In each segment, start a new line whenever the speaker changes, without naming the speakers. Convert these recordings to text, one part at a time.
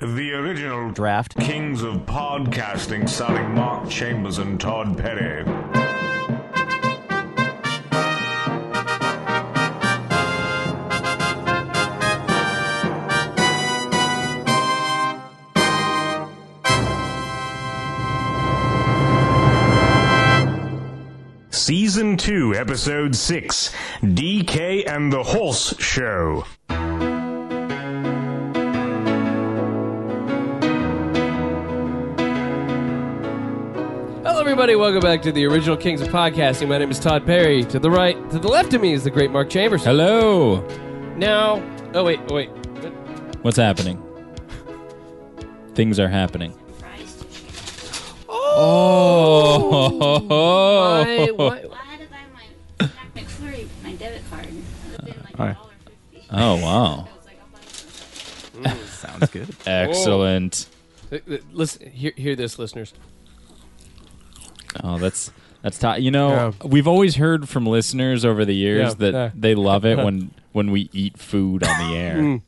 The original
Draft.
Kings of Podcasting starring Mark Chambers and Todd Petty. Season 2, Episode 6 DK and the Horse Show.
Hello, everybody. Welcome back to the original Kings of Podcasting. My name is Todd Perry. To the right, to the left of me is the great Mark Chambers.
Hello.
Now, oh wait, wait.
What's happening? Things are happening. Oh.
Why, why,
Well, I had to buy my Mac McFlurry, my debit card. It was in like $1.50.
Oh, wow.
I was like, I'll buy some.
Sounds good.
Excellent.
listen, hear, hear this, listeners.
Oh, that's that's t- you know,
Yeah.
we've always heard from listeners over the years
Yeah,
that
yeah.
they love it when when we eat food on the air.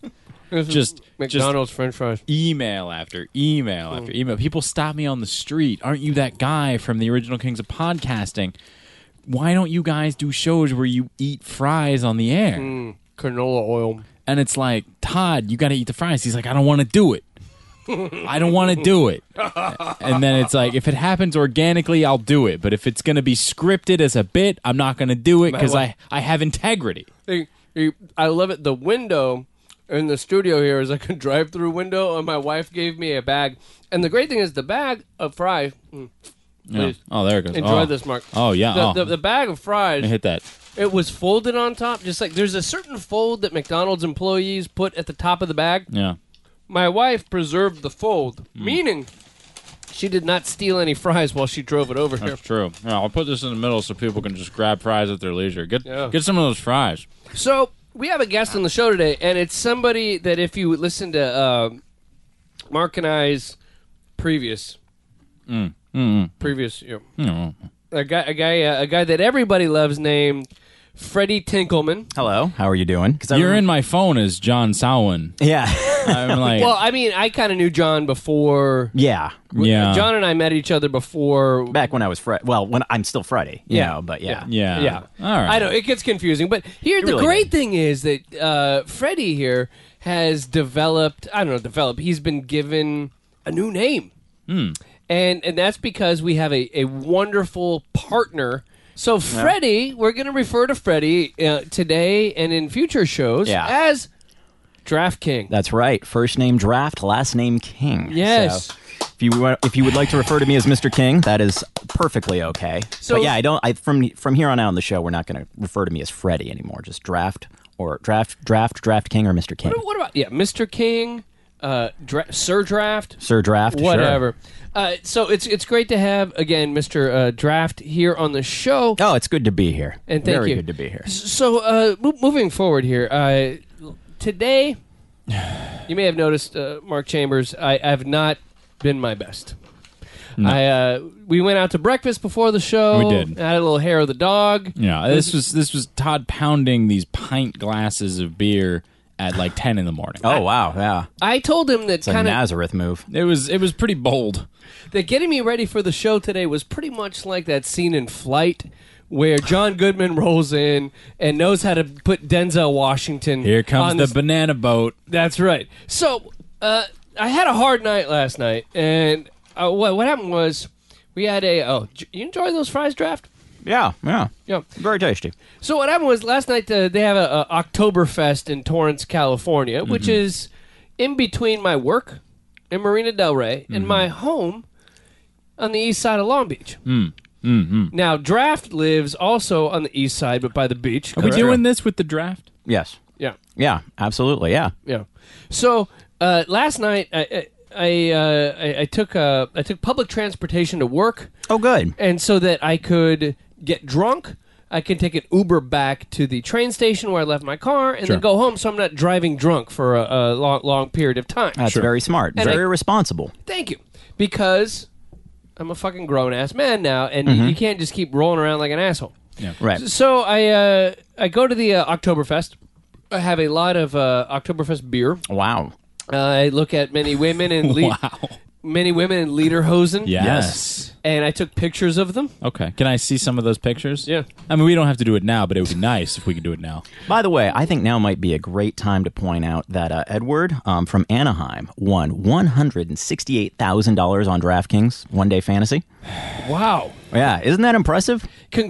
This is
Just-
Mm. McDonald's French fries.
email after email
Hmm.
after email. People stop me on the street. Aren't you that guy from the original Kings of Podcasting? Why don't you guys do shows where you eat fries on the air?
Hmm. Canola oil.
And it's like, Todd, you got to eat the fries. He's like, I don't want to do it. I don't want to do it. And then it's like, if it happens organically, I'll do it. But if it's going to be scripted as a bit, I'm not going to do it because I, I have integrity.
They- they- I love it. The window in the studio here is like a drive-through window, and my wife gave me a bag. And the great thing is, the bag of fries. mm,
Yeah.
please,
Oh, there it goes.
Enjoy
Oh.
this, Mark.
Oh, yeah.
The,
oh.
the, the bag of fries.
I hit that.
It was folded on top, just like there's a certain fold that McDonald's employees put at the top of the bag.
Yeah.
My wife preserved the fold,
Hmm.
meaning she did not steal any fries while she drove it over here.
That's true. Yeah, I'll put this in the middle so people can just grab fries at their leisure. Get
Yeah.
get some of those fries.
So we have a guest on the show today, and it's somebody that if you listen to uh, Mark and I's previous,
Mm. Mm-hmm.
previous, you know, a guy, a guy, uh, a guy that everybody loves named Freddie Tinkelman.
Hello.
How are you doing?
You're in my phone as John Sowen.
Yeah.
I'm like,
Well, I mean, I kind of knew John before.
yeah.
yeah,
John and I met each other before
Back when I was Friday. Well, when I'm still Friday, you
Yeah.
know, but yeah.
yeah,
Yeah.
All right.
I know it gets confusing, but here the
really
great thing is that uh, Freddie here has developed. I don't know, developed. He's been given a new name,
Hmm.
and and that's because we have a, a wonderful partner. So Freddie, we're going to refer to Freddie uh, today and in future shows
Yeah.
as Draft King.
That's right. First name Draft, last name King.
Yes.
So if you wa- if you would like to refer to me as Mr. King, that is perfectly okay.
So-
but yeah, I don't. I from from here on out in the show, we're not going to refer to me as Freddie anymore. Just Draft or Draft Draft Draft King or Mr. King.
what about yeah, Mr. King, uh, dra- Sir Draft,
Sir Draft. sure.
whatever. Uh, so it's it's great to have again, Mr. Uh, Draft here on the show.
Oh, it's good to be here.
And thank
Very
you.
good to be here.
So uh, mo- moving forward here, uh, today you may have noticed, uh, Mark Chambers, I, I have not been my best. I uh, we went out to breakfast before the show.
We did.
I had a little hair of the dog.
Mm.
Yeah, this was this was Todd pounding these pint glasses of beer at like ten in the morning.
Oh wow, yeah.
I told him that
It's a
kind of
Nazareth move.
It was it was pretty bold.
that getting me ready for the show today was pretty much like that scene in Flight where John Goodman rolls in and knows how to put Denzel Washington.
Here comes
on
the banana boat.
That's right. So uh, I had a hard night last night, and uh, what what happened was we had a oh j- you enjoy those fries draft.
Yeah, yeah,
Yeah.
Very tasty.
So what happened was last night uh, they have a, a Oktoberfest in Torrance, California, which
Mm-hmm.
is in between my work in Marina Del Rey and my
Mm-hmm.
home on the east side of Long Beach.
Mm. Mm-hmm.
Now Draft lives also on the east side, but by the beach.
Are we doing this with the draft?
Yes.
Yeah.
Yeah. Absolutely. Yeah.
Yeah. So uh, last night I I I, uh, I, I took uh, I took public transportation to work,
Oh, good.
and so that I could get drunk. I can take an Uber back to the train station where I left my car, and then go home, so I'm not driving drunk for a, a long, long period of time.
That's very smart.
And
very
I-
responsible.
Thank you, because I'm a fucking grown ass man now, and you you can't just keep rolling around like an asshole.
Right.
So I uh, I go to the uh, Oktoberfest. I have a lot of uh, Oktoberfest beer.
Wow.
I look at many women and le-
Wow.
many women in lederhosen.
Yes.
and I took pictures of them.
Okay. Can I see some of those pictures?
Yeah.
I mean, we don't have to do it now, but it would be nice if we could do it now.
By the way, I think now might be a great time to point out that uh, Edward um, from Anaheim won one hundred and sixty-eight thousand dollars on DraftKings one day fantasy.
Wow!
Yeah, isn't that impressive?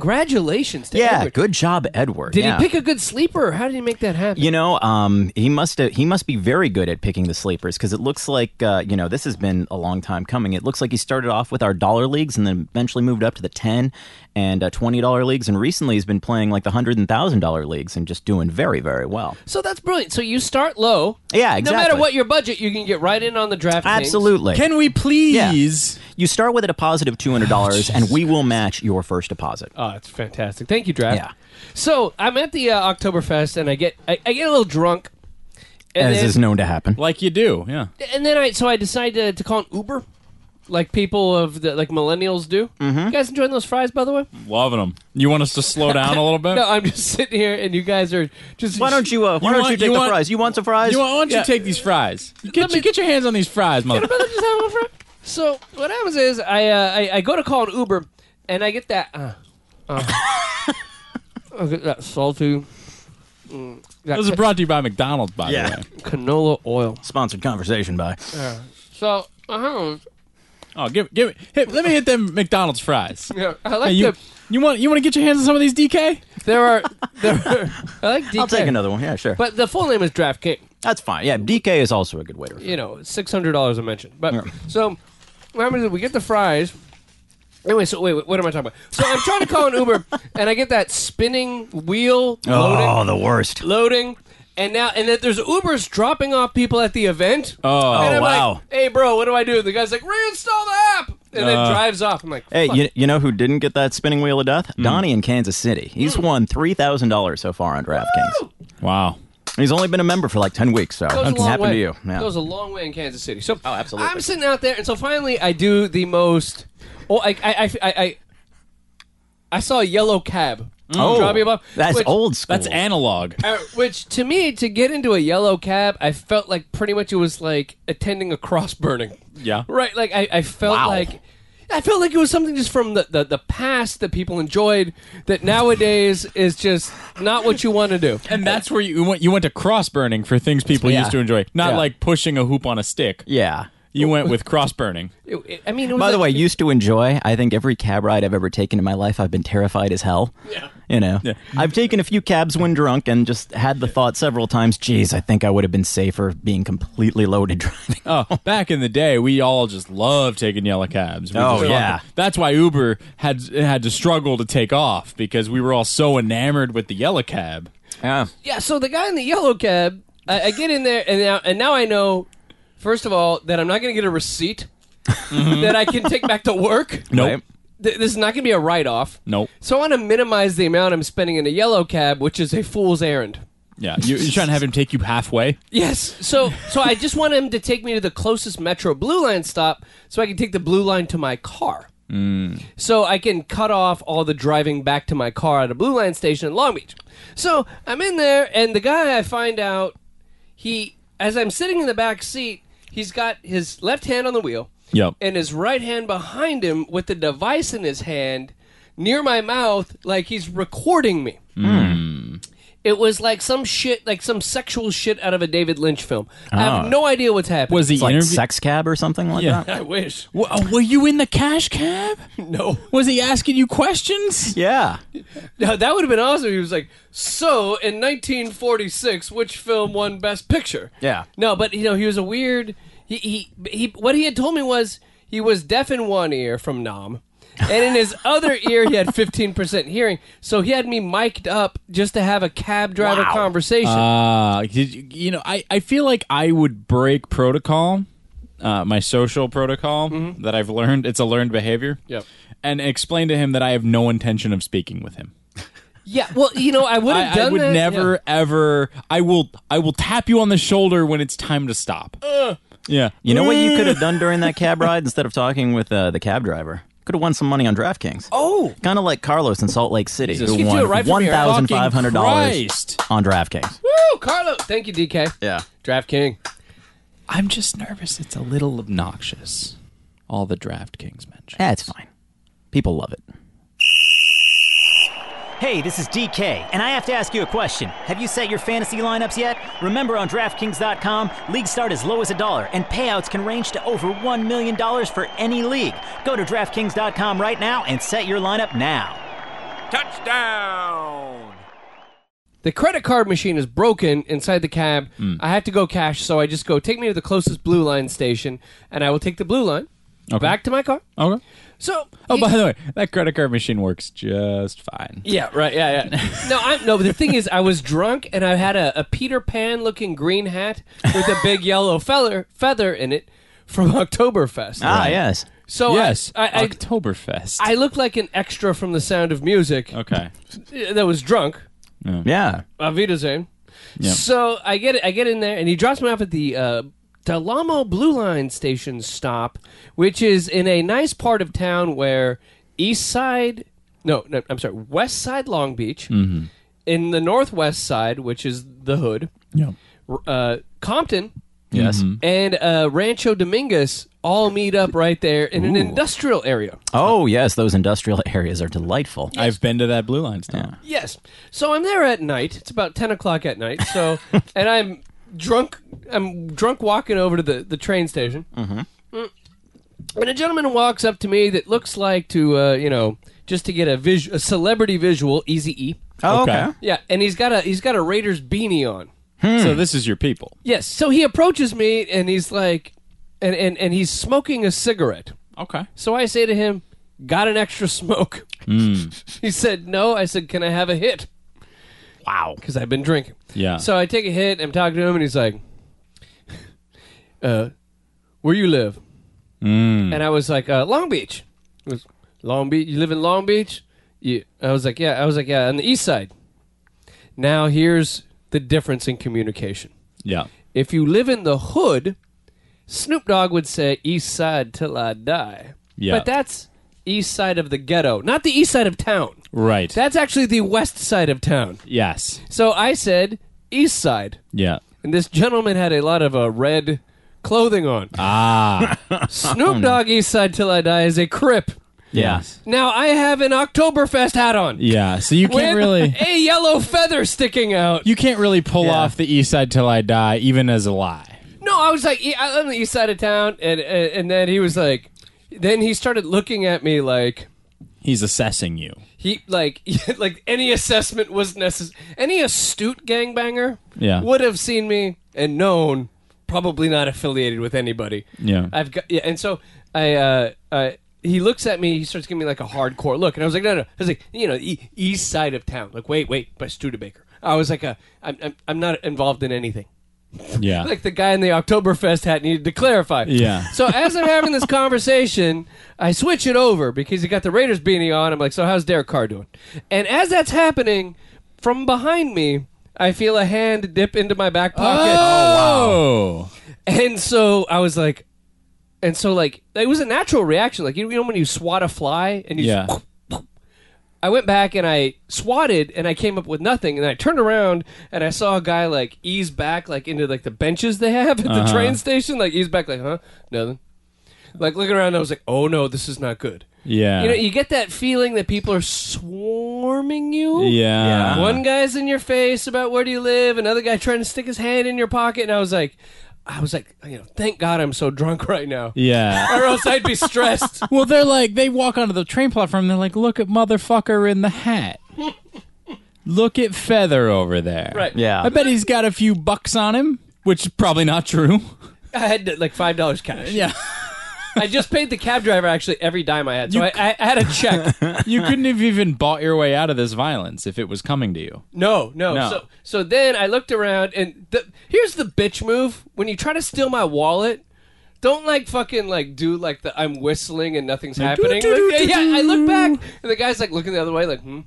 Congratulations to
Yeah,
Edward.
good job, Edward.
Did
yeah.
he pick a good sleeper? How did he make that happen?
You know, um, he must he must be very good at picking the sleepers because it looks like uh, you know this has been a long time coming. It looks like he started off with our dollar leagues and then eventually moved up to the ten and uh, twenty dollar leagues, and recently he's been playing like the hundred and thousand dollar leagues and just doing very very well.
So that's brilliant. So you start low.
Yeah,
No
exactly.
matter what your budget, you can get right in on the draft.
Absolutely.
Can we please?
you start with a deposit of two hundred dollars, and we will match your first deposit.
Oh, it's fantastic. Thank you, Draft.
Yeah.
So I'm at the uh, Oktoberfest and I get I, I get a little drunk. And
As
then,
is known to happen.
Like you do, yeah.
and then I so I decide to, to call an Uber, like people of the like millennials do.
Mm-hmm.
You guys enjoying those fries, by the way?
Loving them. You want us to slow down a little bit?
No, I'm just sitting here and you guys are just.
Why don't you? Uh, why
You
don't
want-
you take
you
the
want-
fries? You want some fries?
You want, why don't
Yeah.
you take these fries? Get,
Let
you,
me-
get your hands on these fries, mother.
Brother, just have one fry. So what happens is I, uh, I I go to call an Uber and I get that. Uh, uh, I get that salty. mm, that
Those are
ca-
brought to you by McDonald's, by the
Yeah.
way.
canola oil.
Sponsored conversation by.
So uh,
Oh, give, give it. Hey, let me hit them McDonald's fries.
yeah, I
Hey,
like
you,
the
you want you want to get your hands on some of these DK?
There are there are. I like DK.
I'll take another one. Yeah, sure.
But the full name is DraftKings.
That's fine. Yeah, DK is also a good way to refer.
you know, six hundred dollars I mentioned. But so what happens is we get the fries. Anyway, so wait, wait, what am I talking about? So I'm trying to call an Uber, and I get that spinning wheel loading,
Oh, the worst.
loading, and now and that there's Ubers dropping off people at the event.
Oh.
and
Oh,
I'm
wow.
Like, hey, bro, what do I do? The guy's like, reinstall the app, and then
Uh.
drives off. I'm like,
Hey,
fuck. Hmm.
you, you know who didn't get that spinning wheel of death? Donnie in Kansas City. He's won $3,000 so far on DraftKings.
Wow.
He's only been a member for like 10 weeks, so
goes a
it
long
happened
way.
to you. Yeah.
Goes a long way in Kansas City. So oh,
absolutely.
I'm sitting out there, and so finally I do the most. Oh, I I I I, I, I saw a yellow cab.
Oh,
drop me above,
that's
which,
old school.
That's analog.
uh, which to me, to get into a yellow cab, I felt like pretty much it was like attending a cross burning.
Yeah.
Right. Like I, I felt
Wow.
like. I felt like it was something just from the, the, the past that people enjoyed that nowadays is just not what you want to do.
And that's where you went. You went to cross burning for things people
Yeah.
used to enjoy, not
Yeah.
like pushing a hoop on a stick.
Yeah.
You went with cross burning.
It- it- I mean, it was
By the
a-
way, used to enjoy. I think every cab ride I've ever taken in my life, I've been terrified as hell.
Yeah.
You know, I've taken a few cabs when drunk and just had the thought several times, geez, I think I would have been safer being completely loaded driving.
Oh, back in the day, we all just loved taking yellow cabs. We
Oh,
just loved
yeah.
it. that's why Uber had had to struggle to take off because we were all so enamored with the yellow cab.
Yeah.
Yeah, so the guy in the yellow cab, I, I get in there, and now and now I know, first of all, that I'm not going to get a receipt
Mm-hmm.
that I can take back to work.
Nope.
Right.
Th- this is not going to be a write off.
Nope.
So I want to minimize the amount I'm spending in a yellow cab, which is a fool's errand.
Yeah, you, you're trying to have him take you halfway.
Yes. So so I just want him to take me to the closest Metro Blue Line stop so I can take the blue line to my car. So I can cut off all the driving back to my car at a Blue Line station in Long Beach. So I'm in there and the guy I find out he as I'm sitting in the back seat, he's got his left hand on the wheel
Yep.
and his right hand behind him with the device in his hand near my mouth like he's recording me.
Hmm.
It was like some shit, like some sexual shit out of a David Lynch film. I have no idea what's happening.
Ah. Was he
It's like
interview-
sex cab or something like
Yeah.
that.
I wish.
W- uh, were you in the cash cab?
No.
Was he asking you questions?
Yeah.
Now, that would have been awesome. He was like, "So, in 1946, which film won Best Picture?"
Yeah.
No, but you know, he was a weird. He he, he What he had told me was he was deaf in one ear from Nam, and in his other ear he had 15 percent hearing. So he had me mic'd up just to have a cab driver conversation.
Uh, did you, you know, I, I feel like I would break protocol, uh, my social protocol that I've learned. It's a learned behavior.
Yep.
And explain to him that I have no intention of speaking with him.
yeah. Well, you know, I would
I,
have
I
done
would
that.
never ever. I will. I will tap you on the shoulder when it's time to stop. yeah.
You know what you could have done during that cab ride instead of talking with uh, the cab driver? Could have won some money on DraftKings.
Oh.
Kind of like Carlos in Salt Lake City,
You
could
who
do
won
it right from
one
here.
thousand five hundred
Fucking
dollars
Christ.
on DraftKings.
Woo, Carlo. Thank you, DK.
Yeah.
DraftKings.
I'm just nervous. It's a little obnoxious. All the DraftKings mentions.
That's fine. People love it. Hey, this is DK, and I have to ask you a question. Have you set your fantasy lineups yet? Remember on DraftKings.com, leagues start as low as a dollar, and payouts can range to over $1 million for any league. Go to DraftKings.com right now and set your lineup now.
Touchdown!
The credit card machine is broken inside the cab. I have to go cash, so I just go take me to the closest blue line station, and I will take the blue line
Okay.
back to my car.
Okay.
So,
Oh, by the way, that credit card machine works just fine.
yeah, right, yeah, yeah. no, I, no. But the thing is, I was drunk, and I had a, a Peter Pan looking green hat with a big yellow feather feather in it from Oktoberfest.
Ah, yes.
so I-
yes,
I, I,
Oktoberfest.
I look like an extra from The Sound of Music
okay.
that was drunk.
Yeah.
Auf Wiedersehen. So I get I get in there, and he drops me off at the uh, Delamo Blue Line station stop, which is in a nice part of town where East Side, no, no I'm sorry, West Side Long Beach, in the Northwest Side, which is the hood,
Yeah. Mm-hmm.
r- uh, Compton,
Yes.
and uh, Rancho Dominguez all meet up right there in an industrial area.
Oh, yes, those industrial areas are delightful.
I've been to that blue line store.
Yes. So I'm there at night. It's about ten o'clock at night. So, and I'm drunk. I'm drunk walking over to the, the train station. Mm-hmm. And a gentleman walks up to me that looks like to uh, you know just to get a vis- a celebrity visual, Easy E.
Oh,
Okay. Hmm.
Yeah, and he's got a he's got a Raiders beanie on.
So this is your people.
Yes. So he approaches me and he's like, and and, and he's smoking a cigarette.
Okay.
So I say to him, "Got an extra smoke?" he said, "No." I said, "Can I have a hit?"
Wow.
because I've been drinking.
Yeah.
So I take a hit. I'm talking to him, and he's like, uh, "Where you live?" And I was like, uh, "Long Beach." He goes, Long Beach. You live in Long Beach? Yeah. I was like, "Yeah." I was like, "Yeah." On the east side. Now here's the difference in communication.
Yeah.
If you live in the hood, Snoop Dogg would say "East Side till I die."
Yeah.
But that's east side of the ghetto, not the east side of town.
Right.
That's actually the west side of town.
yes.
So I said East Side,
Yeah.
and this gentleman had a lot of uh, red clothing on. Ah, Snoop Dogg East Side till I die is a Crip.
Yes.
Now I have an Oktoberfest hat on
Yeah. So you
with
can't really
a yellow feather sticking out.
you can't really pull off the East Side till I die, even as a lie.
No, I was like, yeah, I live on the East Side of town, and and, and then he was like, then he started looking at me like.
He's assessing you.
He like like any assessment was necessary. Any astute gangbanger
Yeah.
would have seen me and known probably not affiliated with anybody.
Yeah.
I've got yeah, and so I uh, uh he looks at me. He starts giving me like a hardcore look, and I was like, no, no. I was like, you know, e- east side of town. Like, wait, wait, by Studebaker. I was like, uh, I'm, I'm I'm not involved in anything
Yeah.
like the guy in the Oktoberfest hat needed to clarify.
Yeah.
So as I'm having this conversation, I switch it over because he got the Raiders beanie on. I'm like, so how's Derek Carr doing? And as that's happening, from behind me, I feel a hand dip into my back pocket.
oh.
And so I was like, and so like it was a natural reaction. Like you you know when you swat a fly and you
Yeah.
just I went back and I swatted and I came up with nothing and I turned around and I saw a guy like ease back like into like the benches they have at the
Uh-huh.
train station like ease back like huh nothing like looking around I was like oh no this is not good
Yeah.
you know you get that feeling that people are swarming you
yeah.
one guy's in your face about where do you live, another guy trying to stick his hand in your pocket, and I was like, I was like, you know, thank God I'm so drunk right now,
Yeah.
or else I'd be stressed.
Well, they're like they walk onto the train platform. and They're like, "Look at motherfucker in the hat. Look at feather over there.
Right.
Yeah.
I bet he's got a few bucks on him, which is probably not true.
I had like five dollars cash.
Yeah.
I just paid the cab driver actually every dime I had, so I, I, I had a check.
You couldn't have even bought your way out of this violence if it was coming to you.
No, no,
No.
So, so then I looked around, and the, here's the bitch move: when you try to steal my wallet. Don't like fucking like do like the I'm whistling and nothing's happening.
doo,
Like,
doo,
yeah,
doo,
yeah, I
doo.
look back and the guy's like looking the other way, like, hmm.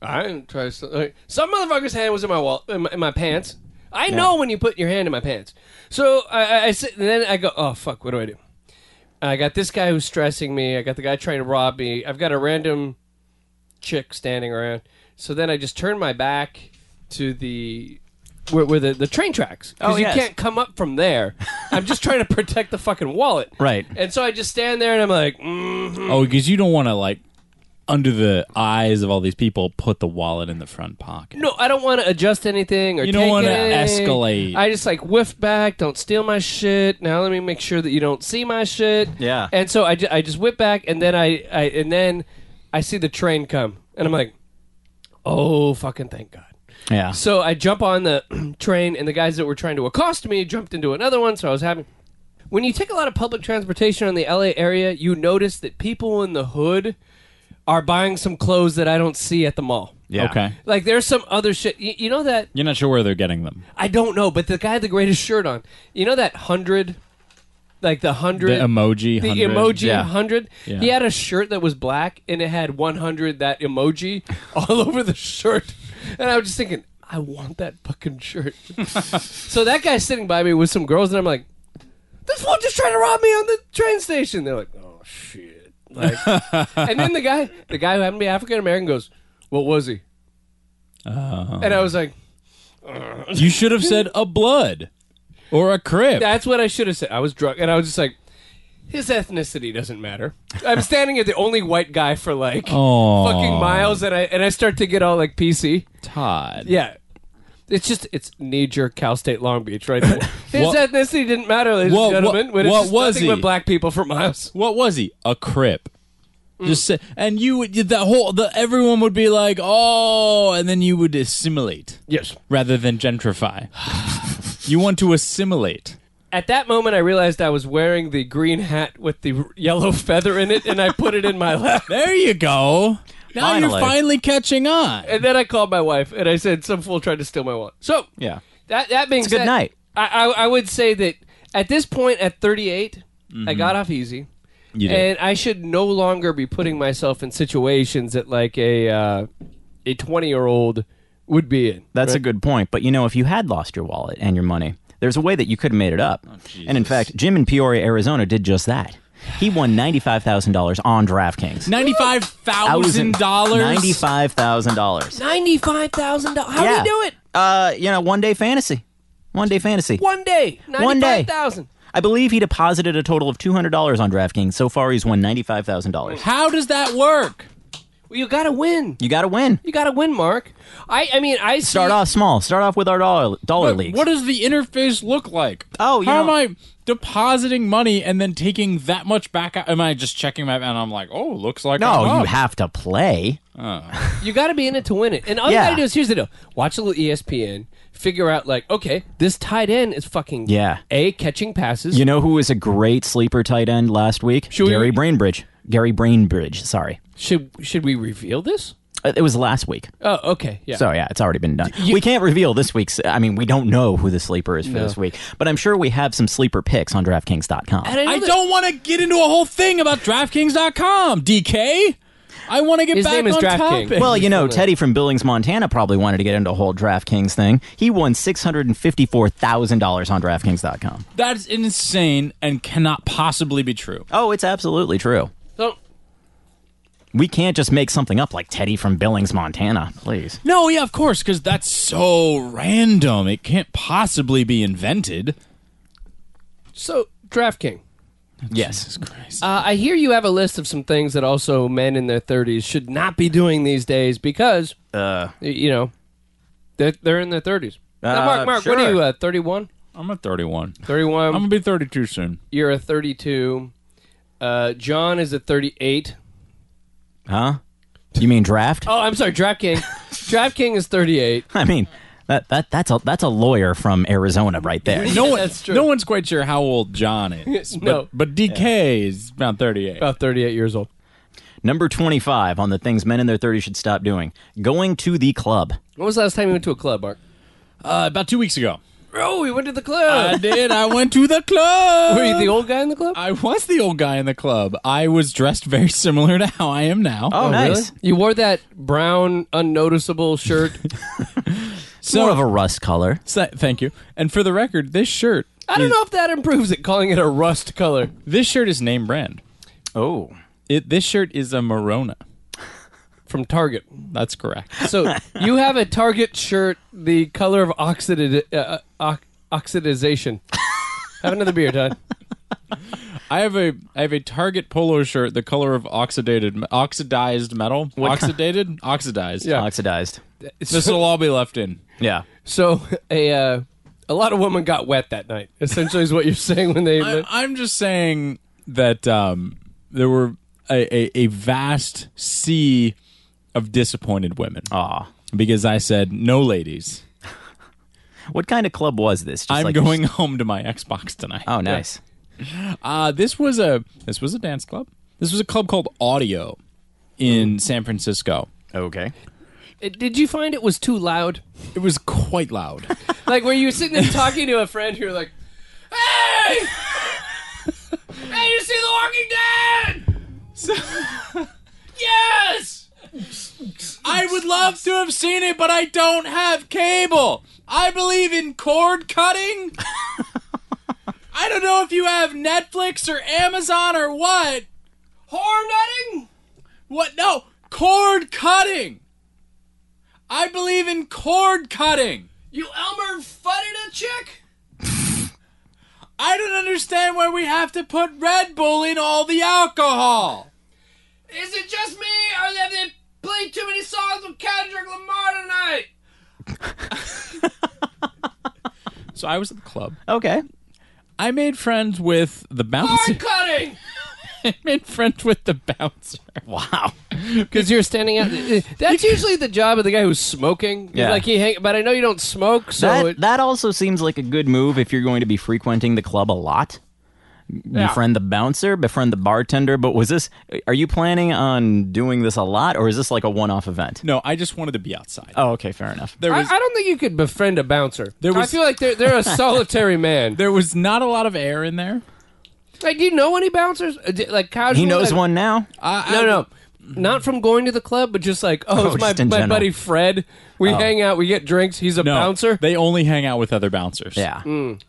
I didn't try to. steal- Like, some motherfucker's hand was in my wall, in my, in my pants. I know when you put your hand in my pants. So I, I, I sit, and then I go, oh fuck, what do I do? I got this guy who's stressing me. I got the guy trying to rob me. I've got a random chick standing around. So then I just turn my back to the where, where the, the train tracks. 'Cause
Oh,
you
yes.
can't come up from there. I'm just trying to protect the fucking wallet.
Right.
And so I just stand there and I'm like, mm,
Oh, because you don't want to like under the eyes of all these people put the wallet in the front pocket.
no, I don't want to adjust anything or
You don't
take
wanna
anything.
escalate.
I just like whiff back, don't steal my shit. Now let me make sure that you don't see my shit.
Yeah.
And so I, ju- I just whip back and then I, I and then I see the train come and I'm like, oh fucking thank God.
Yeah.
So I jump on the train, and the guys that were trying to accost me jumped into another one, so I was happy. When you take a lot of public transportation in the LA area, you notice that people in the hood are buying some clothes that I don't see at the mall.
Yeah.
Okay.
Like there's some other shit. You, you know that
You're not sure where they're getting them.
I don't know, but the guy had the greatest shirt on. You know that hundred, like the
The
hundred
emoji.
the
100.
emoji
Yeah.
100.
Yeah.
He had a shirt that was black and it had 100 that emoji all over the shirt. And I was just thinking, I want that fucking shirt. so that guy's sitting by me with some girls and I'm like, this one just tried to rob me on the train station. They're like, oh shit. Like, and then the guy, the guy who happened to be African American goes, what was he? and I was like,
You should have said a blood or a crib.
That's what I should have said. I was drunk, and I was just like, his ethnicity doesn't matter. I'm standing at the only white guy for like
Aw.
fucking miles, and I and I start to get all like PC.
Todd.
Yeah, it's just it's knee jerk Cal State Long Beach right there. his
What-
ethnicity didn't matter, ladies
What-
and gentlemen.
what-
when it's
what
just
was
nothing
he?
but black people for miles.
What was he? A crip.
Mm.
Just say, and you would the whole the everyone would be like oh, and then you would assimilate
Yes.
rather than gentrify. you want to assimilate.
At that moment, I realized I was wearing the green hat with the r- yellow feather in it, and I put it in my lap.
There you go. Now you're
Finally.
finally catching on.
And then I called my wife, and I said, "Some fool tried to steal my wallet." So
Yeah.
That that being
It's a good
said,
night.
I, I I would say that at this point at 38, I
Mm-hmm.
got off easy,
You did.
and I should no longer be putting myself in situations that like a uh, a 20 year old would be in.
That's a good point. But you know, if you had lost your wallet and your money, there's a way that you could have made it up.
Oh,
and in fact, Jim in Peoria, Arizona did just that. He won $95,000 on DraftKings.
Ninety-five thousand dollars.
$95,000.
Ninety five thousand dollars. How
yeah.
do you do it?
Uh, you know, one day fantasy. One day fantasy.
One day.
One day.
95,000.
I believe he deposited a total of $200 on DraftKings. So far, he's won $95,000.
How does that work?
Well, you gotta win.
You got to win.
You gotta win, Mark. I I mean I
Start
see,
off small. Start off with our dollar, dollar
What-
leagues.
What does the interface look like?
Oh, you
how
know-
am I depositing money and then taking that much back out? Am I just checking my and I'm like, oh, looks like I'm
no, you
up.
have to play.
You got to be in it to win it. And all you
Yeah.
got to do is here's the deal: watch a little E ESPN, figure out like, okay, this tight end is fucking
Yeah.
a catching passes.
You know who was a great sleeper tight end last week?
Should we-
Gary Brainbridge. Gary Brainbridge, sorry.
should should we reveal this?
Uh, It was last week.
Oh, okay, yeah.
So, yeah, it's already been done. we can't reveal this week's. I mean, we don't know who the sleeper is for
No.
this week, but I'm sure we have some sleeper picks on
And
DraftKings.com.
know
I
that-
don't want to get into a whole thing about DraftKings.com, DK. I want to get
His
back
name is
on
DraftKings.
topic.
Well, you know, Teddy from Billings, Montana probably wanted to get into a whole DraftKings thing. He won $654,000 on DraftKings.com.
that's insane and cannot possibly be true.
Oh, it's absolutely true.
So,
We can't just make something up like Teddy from Billings, Montana. Please.
No, yeah, of course, because that's so random. It can't possibly be invented.
so DraftKings.
Yes.
Christ.
Uh, I hear you have a list of some things that also men in their 30s should not be doing these days because, uh, you know, they're, they're in their 30s. now, Mark,
Uh,
Mark, what are
sure.
you, uh, 31?
I'm a 31.
31.
I'm gonna be 32 soon.
You're a 32. Uh, John is a 38.
Huh? You mean draft?
Oh, I'm sorry, DraftKings. DraftKings is 38.
I mean, that, that that's a that's a lawyer from Arizona right there.
No one,
That's true.
No one's quite sure how old John is.
No.
but, but DK is about 38.
About 38 years old.
Number 25 on the things men in their 30s should stop doing. Going to the club.
When was the last time you went to a club, Mark?
Uh, about two weeks ago.
Oh, we went to the
I
club.
did. I went to the club.
Were you the old guy in the club?
I was the old guy in the club. I was dressed very similar to how I am now.
Oh, nice.
Really? You wore that brown, unnoticeable shirt.
It's More of a rust color.
So- thank you. And for the record, this shirt.
I don't know if that improves it, calling it a rust color.
This shirt is name brand.
Oh.
It. This shirt is a Morona
from Target.
That's correct.
So you have a Target shirt, the color of oxidid, uh, ox- oxidization. have another beer, Todd.
I have a I have a Target polo shirt the color of oxidated oxidized metal. oxidated? Oxidized.
Yeah.
Oh, Oxidized.
This will all be left in.
Yeah.
So a uh, a lot of women got wet that night. Essentially, is what you're saying when they.
I, am just saying that um, there were a, a, a vast sea of disappointed women
Aw.
because I said no, ladies.
What kind of club was this? Just
I'm
like-
going home to my Xbox tonight.
Oh, nice.
Uh, this was a this was a dance club. This was a club called Audio in San Francisco.
Okay.
uh, Did you find it was too loud?
It was quite loud.
Like where you were sitting there talking to a friend, you're like, "Hey, hey, you see The Walking Dead? yes."
I would love to have seen it, but I don't have cable. I believe in cord cutting. I don't know if you have Netflix or Amazon or what.
Hornetting?
What? No, cord cutting. I believe in cord cutting.
You Elmer fudded a chick?
I don't understand why we have to put Red Bull in all the alcohol.
Is it just me, or have they played too many songs with Kendrick Lamar tonight?
So I was at the club.
Okay.
I made friends with the bouncer.
cutting.
I made friends with the bouncer.
Wow.
Because you're standing out. That's usually the job of the guy who's smoking.
Yeah.
Like he hang, but I know you don't smoke, so
that,
it,
that also seems like a good move if you're going to be frequenting the club a lot. Befriend the bouncer, befriend the bartender. But was this? Are you planning on doing this a lot, or is this like a one-off event?
No, I just wanted to be outside.
Oh, okay, fair enough.
There
I,
was
I don't think you could befriend a bouncer.
There
I
was-
feel like they're they're a solitary man.
there was not a lot of air in there.
Like, do you know any bouncers? Uh, d- Like casual?
He knows
like-
one now.
No, no. Not from going to the club, but just like, oh,
Oh,
it's my,
just in
my
general. Oh.
buddy Fred. We hang out, we get drinks. He's a
No,
bouncer.
They only hang out with other bouncers.
yeah,
Mm.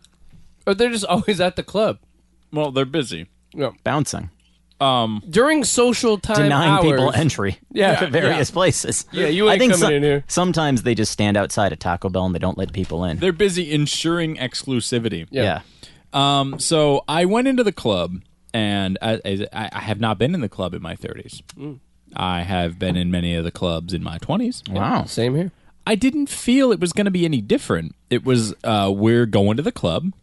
or they're just always at the club.
Well, they're busy.
bouncing,
During social time
denying
hours.
people entry.
Yeah,
to various
yeah.
places.
Yeah, you ain't
I think
coming in here.
Sometimes they just stand outside a Taco Bell and they don't let people in.
They're busy ensuring exclusivity.
Yeah.
yeah.
Um. So I went into the club, and I, I, I have not been in the club in my 30s.
Mm.
I have been in many of the clubs in my 20s.
Wow.
Same here.
I didn't feel it was going to be any different. It was uh, we're going to the club,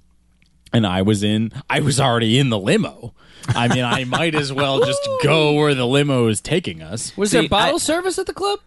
and I was in. I was already in the limo. I mean, I might as well just go where the limo is taking us.
Was
See,
there bottle
I-
service at the club?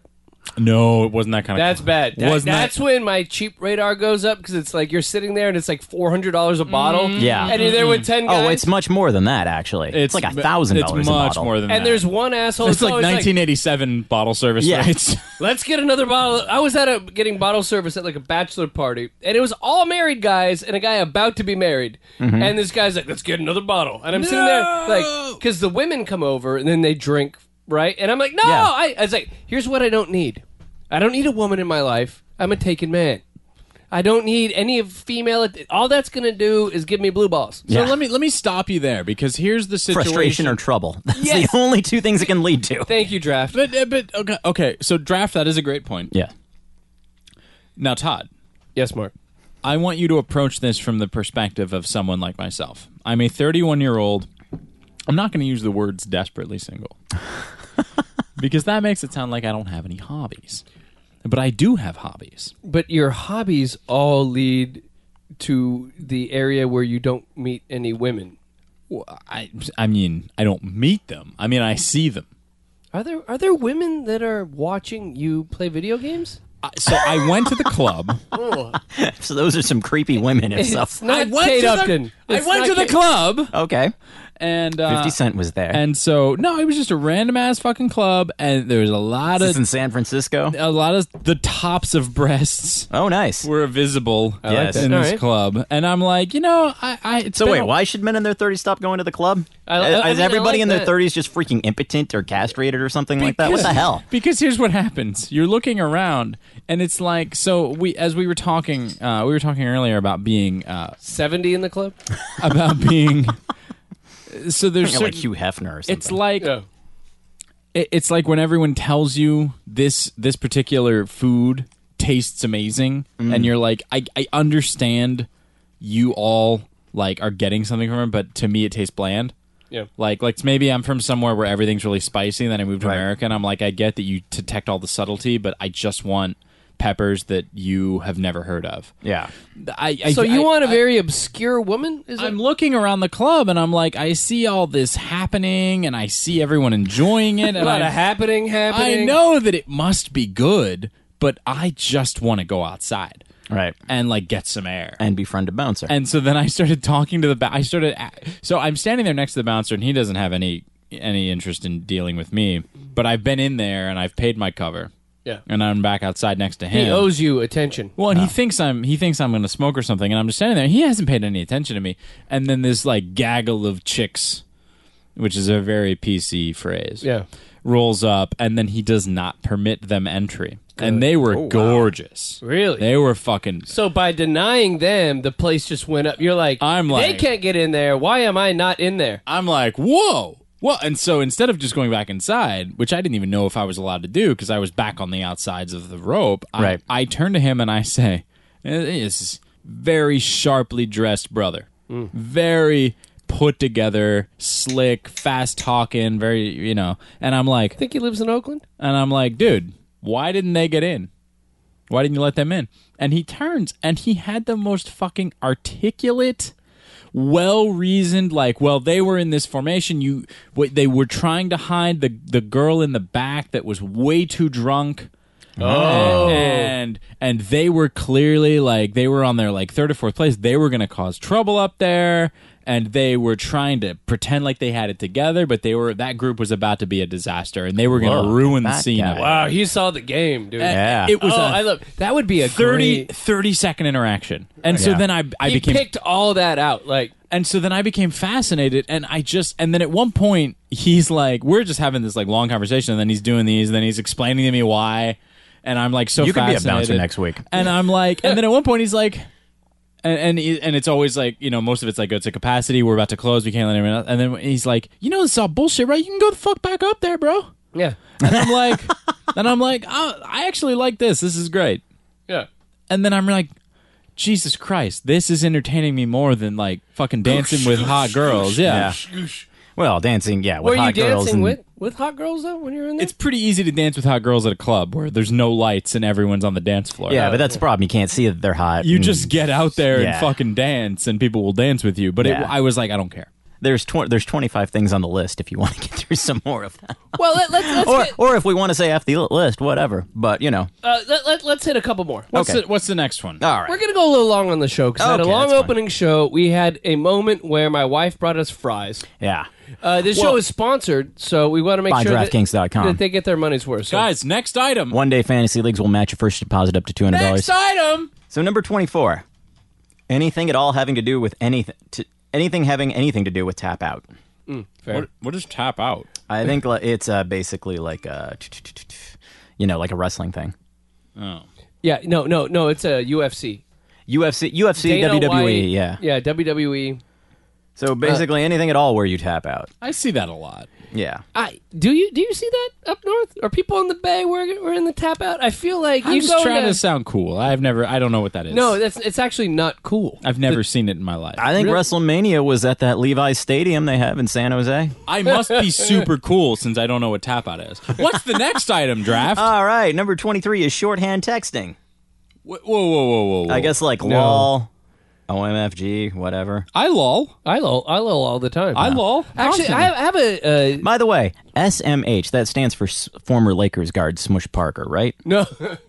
No, it wasn't that kind of.
That's bad. That-
Wasn't that-
that's when my cheap radar goes up because it's like you're sitting there and it's like four hundred dollars a bottle.
Mm.
Yeah.
and you're there with ten guys.
Oh, it's much more than that. Actually, it's, like a thousand dollars
It's
a
much
bottle.
more than that.
and there's one asshole.
it's
that's
like
always
1987 bottle service
Yeah.
rates.
Let's get another bottle. I was at a getting bottle service at like a bachelor party, and it was all married guys and a guy about to be married.
Mm-hmm.
And this guy's like, "Let's get another bottle," and I'm sitting there like, because the women come over and then they drink, right? And I'm like, "No,"
Yeah.
I, I was like, "Here's what I don't need. I don't need a woman in my life. I'm a taken man. I don't need any of female. All that's gonna do is give me blue balls."
So
Yeah.
let me let me stop you there because here's the situation.
Frustration or trouble. That's
Yes.
the only two things it can lead to.
Thank you, draft.
but, uh, but okay, okay. So draft that is a great point.
Yeah.
Now, Todd,
yes, Mark.
I want you to approach this from the perspective of someone like myself. I'm a 31 year old. I'm not going to use the words desperately single because that makes it sound like I don't have any hobbies. But I do have hobbies.
But your hobbies all lead to the area where you don't meet any women.
Well, I, I mean, I don't meet them. I mean, I see them.
Are there are there women that are watching you play video games?
I- So I went to the club.
So those are some creepy women. If so.
It's not
I went
Kate
to the-
Upton.
I
It's
went
not
to the
Kate-
club
Okay.
and uh,
Fifty Cent was there.
And so no, it was just a random ass fucking club, and there was a lot
This is
of
in San Francisco.
a lot of the tops of breasts
Oh, nice.
were visible
like
yes.
that.
in
All
this
right.
club, and I'm like, you know, I, I it's
So
been
wait,
a-
why should men in their 30s stop going to the club?
I- I-
Is
I mean, I
everybody
like
in their
that.
30s just freaking impotent or castrated or something like that? What the hell?
Because here's what happens: you're looking around, and it's like, so we as we were talking, uh, we were talking earlier about being uh,
Seventy in the club.
about being. So there's
Like
certain,
Hugh Hefner or something.
it's like
Yeah.
it- it's like when everyone tells you this this particular food tastes amazing
Mm.
and you're like I, I understand you all like are getting something from it but to me it tastes bland
Yeah.
like like maybe i'm from somewhere where everything's really spicy and then i moved to america and i'm like i get that you detect all the subtlety but i just want peppers that you have never heard of
Yeah.
I, I
So you
I-
want a
I-
very obscure woman? Is
I'm looking around the club and I'm like, I see all this happening and I see everyone enjoying it.
it? a
And
lot
I,
of happening happening.
I know that it must be good, but I just want to go outside
Right.
and like get some air.
And befriend a bouncer.
And so then I started talking to the ba- I started a- so I'm standing there next to the bouncer and he doesn't have any any interest in dealing with me, but I've been in there and I've paid my cover.
Yeah.
And I'm back outside next to him.
He owes you attention.
Well, and he thinks I'm he thinks I'm going to smoke or something, and I'm just standing there. He hasn't paid any attention to me, and then this like gaggle of chicks, which is a very PC phrase,
Yeah.
rolls up, and then he does not permit them entry, and they were gorgeous,
Oh, Really?
They were fucking.
So by denying them, the place just went up. You're like,
I'm
they
like-
can't get in there. Why am I not in there?
I'm like, whoa. Well, and so instead of just going back inside, which I didn't even know if I was allowed to do because I was back on the outsides of the rope, I,
Right.
I turn to him and I say, eh, "This is very sharply dressed brother, very put together, slick, fast talking, very you know." And I'm like,
Think he lives in Oakland?
and I'm like, dude, why didn't they get in? Why didn't you let them in? And he turns and he had the most fucking articulate, well reasoned, like, well, they were in this formation. You, what they were trying to hide the the girl in the back that was way too drunk. Oh, and and they were clearly like they were on their like third or fourth place. They were gonna cause trouble up there, and they were trying to pretend like they had it together, but they were that group was about to be a disaster, and they were gonna
Whoa,
ruin the
that
scene.
guy.
of it.
Wow, he saw the game, dude.
Yeah.
It was
oh,
a
I love that. Would be a
30,
great-
30 second interaction, and so
Yeah.
then I I
he
became
picked all that out. Like,
and so then I became fascinated, and I just and then at one point he's like, we're just having this like long conversation, and then he's doing these, and then he's explaining to me why, and I'm like so
You could be a
fascinated.
bouncer next week.
and I'm like, and then at one point he's like. And, and he- and it's always like you know most of it's like it's a capacity we're about to close we can't let anyone else and then he's like you know this is all bullshit right you can go the fuck back up there bro
yeah,
and I'm like and I'm like oh, I actually like this this is great
yeah.
and then I'm like, Jesus Christ, this is entertaining me more than like fucking dancing with hot girls. Yeah.
well, dancing, yeah, with
Were you
hot girls.
dancing
and-
with with hot girls though when you were in there?
It's pretty easy to dance with hot girls at a club where there's no lights and everyone's on the dance floor.
yeah, but that's the problem. You can't see that they're hot.
you
and
just get out there
Yeah.
and fucking dance and people will dance with you. But it,
Yeah.
I was like, I don't care.
there's tw- there's 25 things on the list if you want to get through some more of that.
well, let, let's let's
or
hit,
or if we want to say F the list, whatever. But you know,
uh, let, let, let's hit a couple more.
What's,
Okay.
the, what's the next one?
all right.
We're gonna go a little long on the show because I had a
Okay,
long
that's fine.
opening show. We had a moment where my wife brought us fries.
yeah.
Uh, this show is sponsored, so we want to make
By
sure that,
DraftKings.com.
that they get their money's worth. So.
Guys, next item.
One day fantasy leagues will match your first deposit up to $200.
Next item.
So number 24. Anything at all having to do with anything to, anything having anything to do with tap out.
What, what is tap out?
I think li- it's uh, basically like a you know, like a wrestling thing.
yeah, no, no, no. It's uh, a UFC,
UFC, UFC,
Dana
WWE,
White-
E, yeah.
yeah, E. WWE.
So basically anything at all where you tap out.
I see that a lot.
Yeah.
I do you do you see that up north? Are people in the bay where we're in the tap out? I feel like
I'm
you
just
go
trying
to-
to sound cool. I've never, I don't know what that is.
no, that's it's actually not cool.
I've never seen it in my life.
I think WrestleMania was at that Levi's Stadium they have in San Jose.
I must be super cool since I don't know what tap out is. What's the next item, Draft?
All right, number 23 is shorthand texting.
whoa, whoa, whoa, whoa, whoa.
I guess like lol, OMFG, whatever.
I lol.
I lol, I lol all the time.
I lol.
Actually, I have, I have a uh,
By the way, SMH, that stands for s- former Lakers guard Smush Parker, right?
no,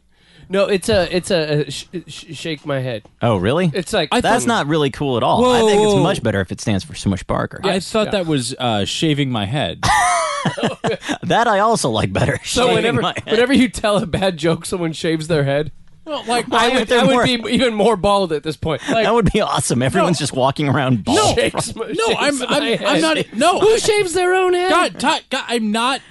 no. It's a it's a, uh sh- sh- shake my head.
Oh, really?
It's like
That's not really cool at all. I
Whoa,
think it's
whoa.
much better if it stands for Smush Parker.
I thought that was uh, shaving my head.
that I also like better.
So
Shaving
whenever
my head.
whenever you tell a bad joke, someone shaves their head.
like
I
would
would,
there
I would
more-
be even more bald at this point. Like,
that would be awesome. Everyone's just walking around bald.
shakes my-
No,
shakes
I'm-
my
I'm- I'm
head.
not- no.
Who shaves their own head?
God, Todd, God, I'm not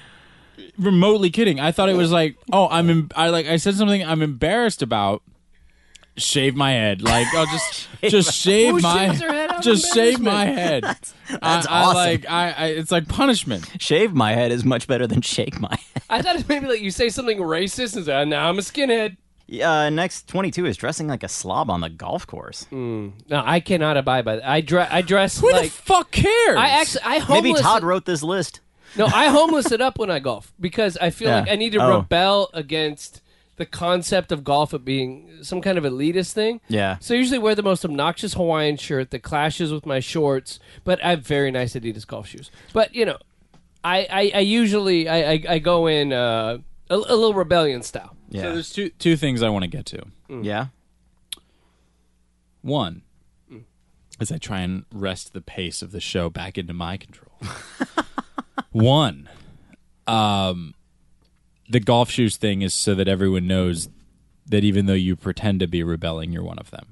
remotely kidding. I thought it was like, oh, I'm, em- I like, I said something I'm embarrassed about. Shave my head, like I'll just just shave
Who
my.
shaves their head?
just shave my head. That's,
that's
I,
awesome.
I like I, I it's like punishment.
Shave my head is much better than shake my head.
I thought it maybe like you say something racist and say, "Now I'm a skinhead."
Yeah, uh, next 22 is dressing like a slob on the golf course.
Mm.
No, I cannot abide by that. I dress. I dress
Who the
like
fuck cares?
I actually I homeless.
Maybe Todd wrote this list.
No, I homeless it up when I golf because I feel
Yeah.
like I need to
Oh.
rebel against the concept of golf of being some kind of elitist thing.
Yeah.
So I usually wear the most obnoxious Hawaiian shirt that clashes with my shorts, but I have very nice Adidas golf shoes. But you know, I I, I usually I, I I go in uh, a, a little rebellion style.
Yeah.
so there's Mm. two two things I want to get to.
yeah.
One
Mm.
is I try and rest the pace of the show back into my control. One, um, the golf shoes thing is so that everyone knows that even though you pretend to be rebelling, you're one of them.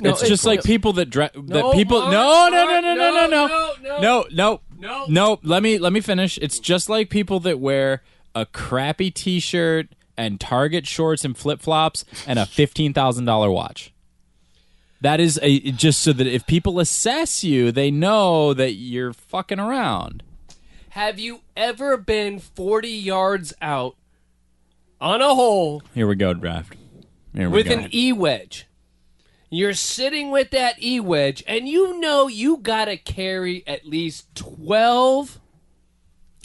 No,
it's just like people that dress.
No,
that people.
Oh, Mark,
no, no, no,
Mark,
no, no, no,
no,
no,
no,
no, no,
no.
no. Let me let me finish. It's just like people that wear a crappy T-shirt and Target shorts and flip flops and a fifteen thousand dollar watch. That is a just so that if people assess you, they know that you're fucking around.
Have you ever been 40 yards out on a hole
Here we go, draft. Here we
with
go.
an E wedge? You're sitting with that E wedge, and you know you gotta carry at least 12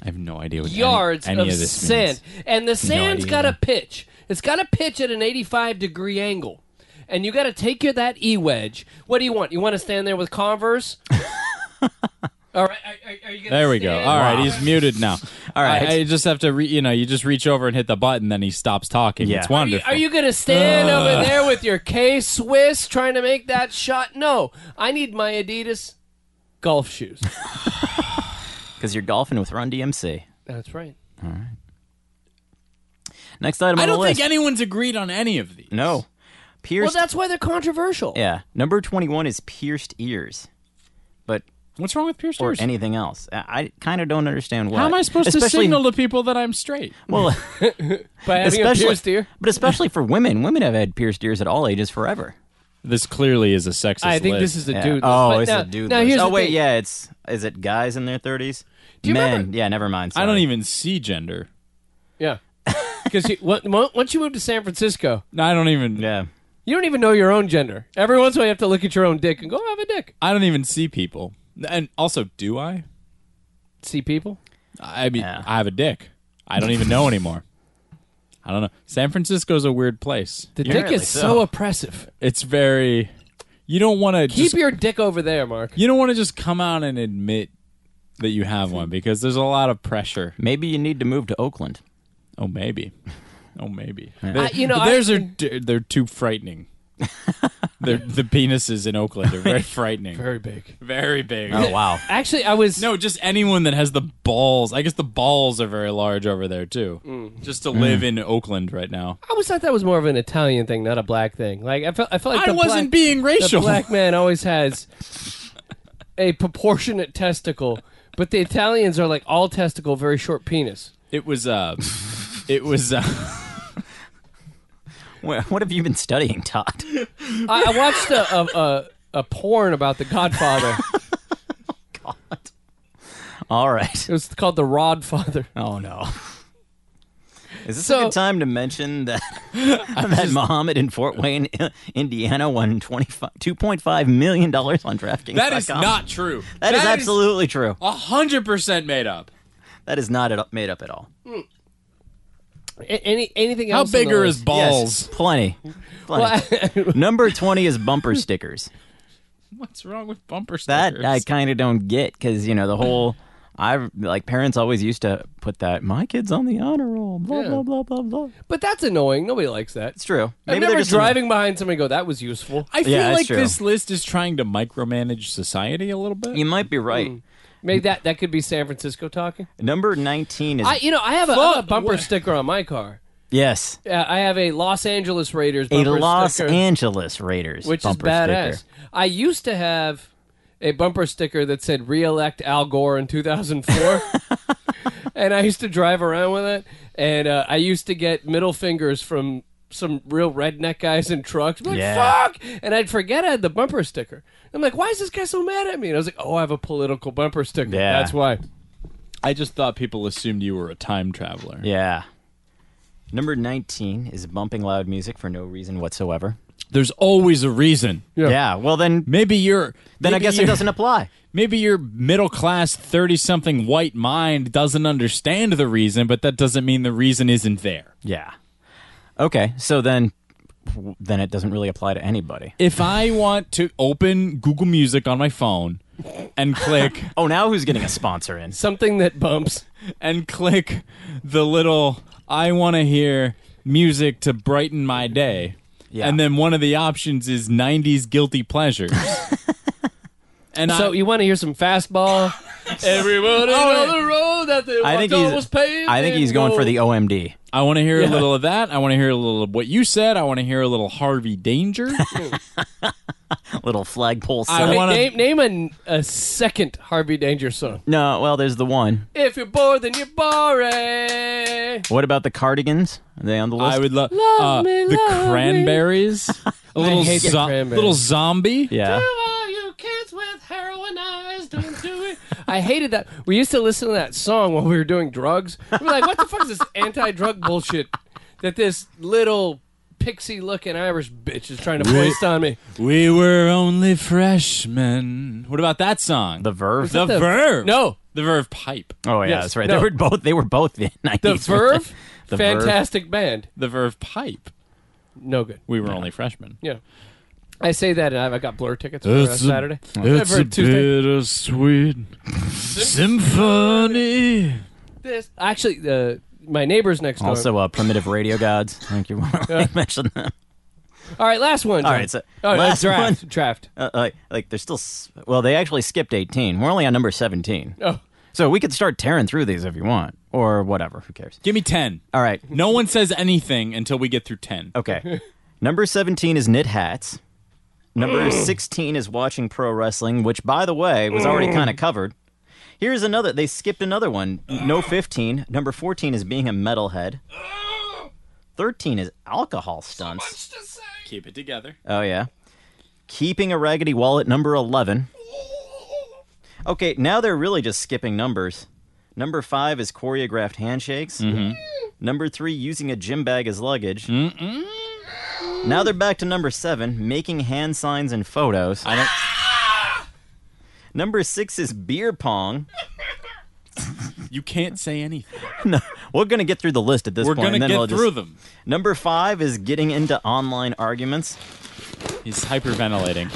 I have no idea what any-
yards
any,
of
of this
sand.
means.
And the sand's
idea.
got to pitch. It's got to pitch at an 85 degree angle. And you got to take your that E wedge. What do you want? You want to stand there with Converse? All right. Are, are- are you gonna
There we go.
stand
All right,
with
he's muted now. All
right.
I, I just have to, re- you know, you just reach over and hit the button, then he stops talking.
Yeah.
It's
Are
Are you,
wonderful. Uh.
are you going to stand over there with your K Swiss trying to make that shot? No, I need my Adidas golf shoes.
Because you're golfing with Run DMC.
That's right.
Next item
I
on
don't
the list.
think anyone's agreed on any of these.
no.
Well,
Pierced.
that's why they're controversial.
yeah. Number 21 is pierced ears. But
What's wrong with pierced
or
ears?
anything else. I, I kind of don't understand why.
How am I supposed to
Especially-
signal to people that I'm straight?
Well,
By having a
especially,
pierced ear.
but especially for women, women have had pierced ears at all ages forever.
This clearly is a sexist.
I think this is a
Yeah.
dude.
Oh,
But
it's
now,
a dude.
Now
list.
here's
oh
the
wait,
thing.
yeah, it's is it guys in their thirties?
you
Men,
remember-
yeah, never mind.
I don't
sorry.
even see gender.
yeah. Because once you move to San Francisco,
No, I don't even.
Yeah,
you don't even know your own gender. Every once in a while, you have to look at your own dick and go, "Oh, "I have a dick."
I don't even see people. And also, do I?
See people.
I mean,
Yeah.
I have a dick. I don't even know anymore. I don't know. San Francisco's a weird place.
The
Yeah,
dick
really
is so.
so.
oppressive.
It's very. You don't want to
Keep
just
your dick over there, Mark.
you don't want to just come out and admit that you have one because there's a lot of pressure.
maybe you need to move to Oakland.
Oh, maybe. Oh, maybe.
I- Uh, you know, I-
theirs are d- they're too frightening. they're, the penises in Oakland are very frightening,
Very big.
very big.
Oh wow,
Actually, I was
No, just anyone that has the balls. I guess the balls are very large over there too.
Mm.
Just to live in Oakland right now.
I always thought that was more of an Italian thing, not a black thing. Like I felt, I felt like
I
the black,
wasn't being racial.
The black man always has a proportionate testicle, but the Italians are like all testicle, very short penis.
It was uh, it was uh.
Wha- what have you been studying, Todd?
I, I watched a, a, a a porn about the Godfather.
All right.
It was called the Rod Father.
Oh no. Is this
So-
a good time to mention that that Muhammad in Fort Wayne, Indiana, won 25 $2.5 million dollars on DraftKings?
That is not true.
That is absolutely true.
hundred percent made up.
That is not at, all- made up at all.
A- any anything
How
else? on
big
the
are his
list?
balls?
Yes, plenty. plenty. Number 20 is bumper stickers.
What's wrong with bumper stickers?
That I kind of don't get because, you know, the whole. I like parents always used to put that my kids on the honor roll blah
Yeah.
blah blah blah blah.
But that's annoying. Nobody likes that.
It's true.
I'm
they're
never
just in-
driving behind somebody. and Go that was useful.
I feel
Yeah, it's
like
true.
this list is trying to micromanage society a little bit.
you might be right.
Maybe that that could be San Francisco talking.
Number 19 is
I you know I have a, I have a
Fuck,
bumper
what-
sticker on my car.
yes,
Uh, I have a Los Angeles Raiders
a
bumper
Los
sticker,
Angeles Raiders
which is
bumper
badass.
sticker.
I used to have a bumper sticker that said "Reelect Al Gore" in 2004, and I used to drive around with it. And uh, I used to get middle fingers from some real redneck guys in trucks. I'm like,
Yeah.
fuck! And I'd forget I had the bumper sticker. I'm like, why is this guy so mad at me? And I was like, oh, I have a political bumper sticker.
Yeah.
That's why.
I just thought people assumed you were a time traveler.
Yeah. Number 19 is bumping loud music for no reason whatsoever.
There's always a reason.
Yeah.
Yeah, well then
Maybe you're.
then I
maybe
guess it
you're-
doesn't apply.
Maybe your middle class, 30 something white mind doesn't understand the reason, but that doesn't mean the reason isn't there.
Yeah. Okay, so then then it doesn't really apply to anybody.
If I want to open Google Music on my phone and click
Oh, now who's getting a sponsor in?
Something that bumps.
and click the little I want to hear music to brighten my day.
Yeah.
And then one of the options is 90s guilty pleasures. and
So Oh,
I,
you want to hear some fastball?
Oh,
Everyone on the road that the
I think
one
he's
was paved
I think
in
he's going for
gold.
the OMD.
I want to hear a little of that. I want to hear a little of what you said. I want to hear a little Harvey Danger.
Little flagpole
I
song.
want- wanna-
Name, name an- a, second Harvey Danger song.
No, well there's the one.
If you're bored, then you're boring.
What about the cardigans? Are they on the list?
I would love
Love
uh,
me,
the
love me.
cranberries. a little
hate the
zo-
Cranberries.
little zombie.
yeah.
all you kids with heroin eyes, don't do it. I hated that. We used to listen to that song while we were doing drugs. We were like, what the fuck is this anti-drug bullshit that this little pixie-looking Irish bitch is trying to foist on me?
We were only freshmen. What about that song?
The Verve.
the,
the-
Verve.
No.
the Verve pipe.
oh yeah,
Yes,
that's right.
no.
They were both they were both the 90s.
The Verve?
The Verve.
Fantastic band.
The Verve pipe.
No good.
We were only freshmen.
Yeah. I say that, and I- I got Blur tickets for uh, Saturday. for Tuesday.
bittersweet symphony.
This actually, uh, my neighbors next door.
Also uh, primitive radio gods. I think you want to mention them.
all right, last one.
All
John.
right, so
All right,
last
draft,
one.
Draft.
Uh, like, like they're still s- well. They actually skipped eighteen. We're only on number seventeen,
Oh,
so we could start tearing through these if you want, or whatever. Who cares?
Give me ten.
All right.
No one says anything until we get through ten.
Okay. number seventeen is knit hats. Number sixteen is watching pro wrestling, which, by the way, was already kind of covered. Here's another. They skipped another one. No fifteen. Number fourteen is being a metalhead. Thirteen is alcohol stunts.
Keep it together.
Oh yeah. Keeping a raggedy wallet number 11. Okay, now they're really just skipping numbers. Number 5 is choreographed handshakes.
Mm-hmm.
Number 3 using a gym bag as luggage. Mm-mm. Now they're back to number 7, making hand signs and photos.
I don't.
Number 6 is beer pong.
You can't say anything.
No, we're going to get through the list at this
We're
point,
gonna
and then I'll
get
just-
through them.
Number 5 is getting into online arguments.
He's hyperventilating.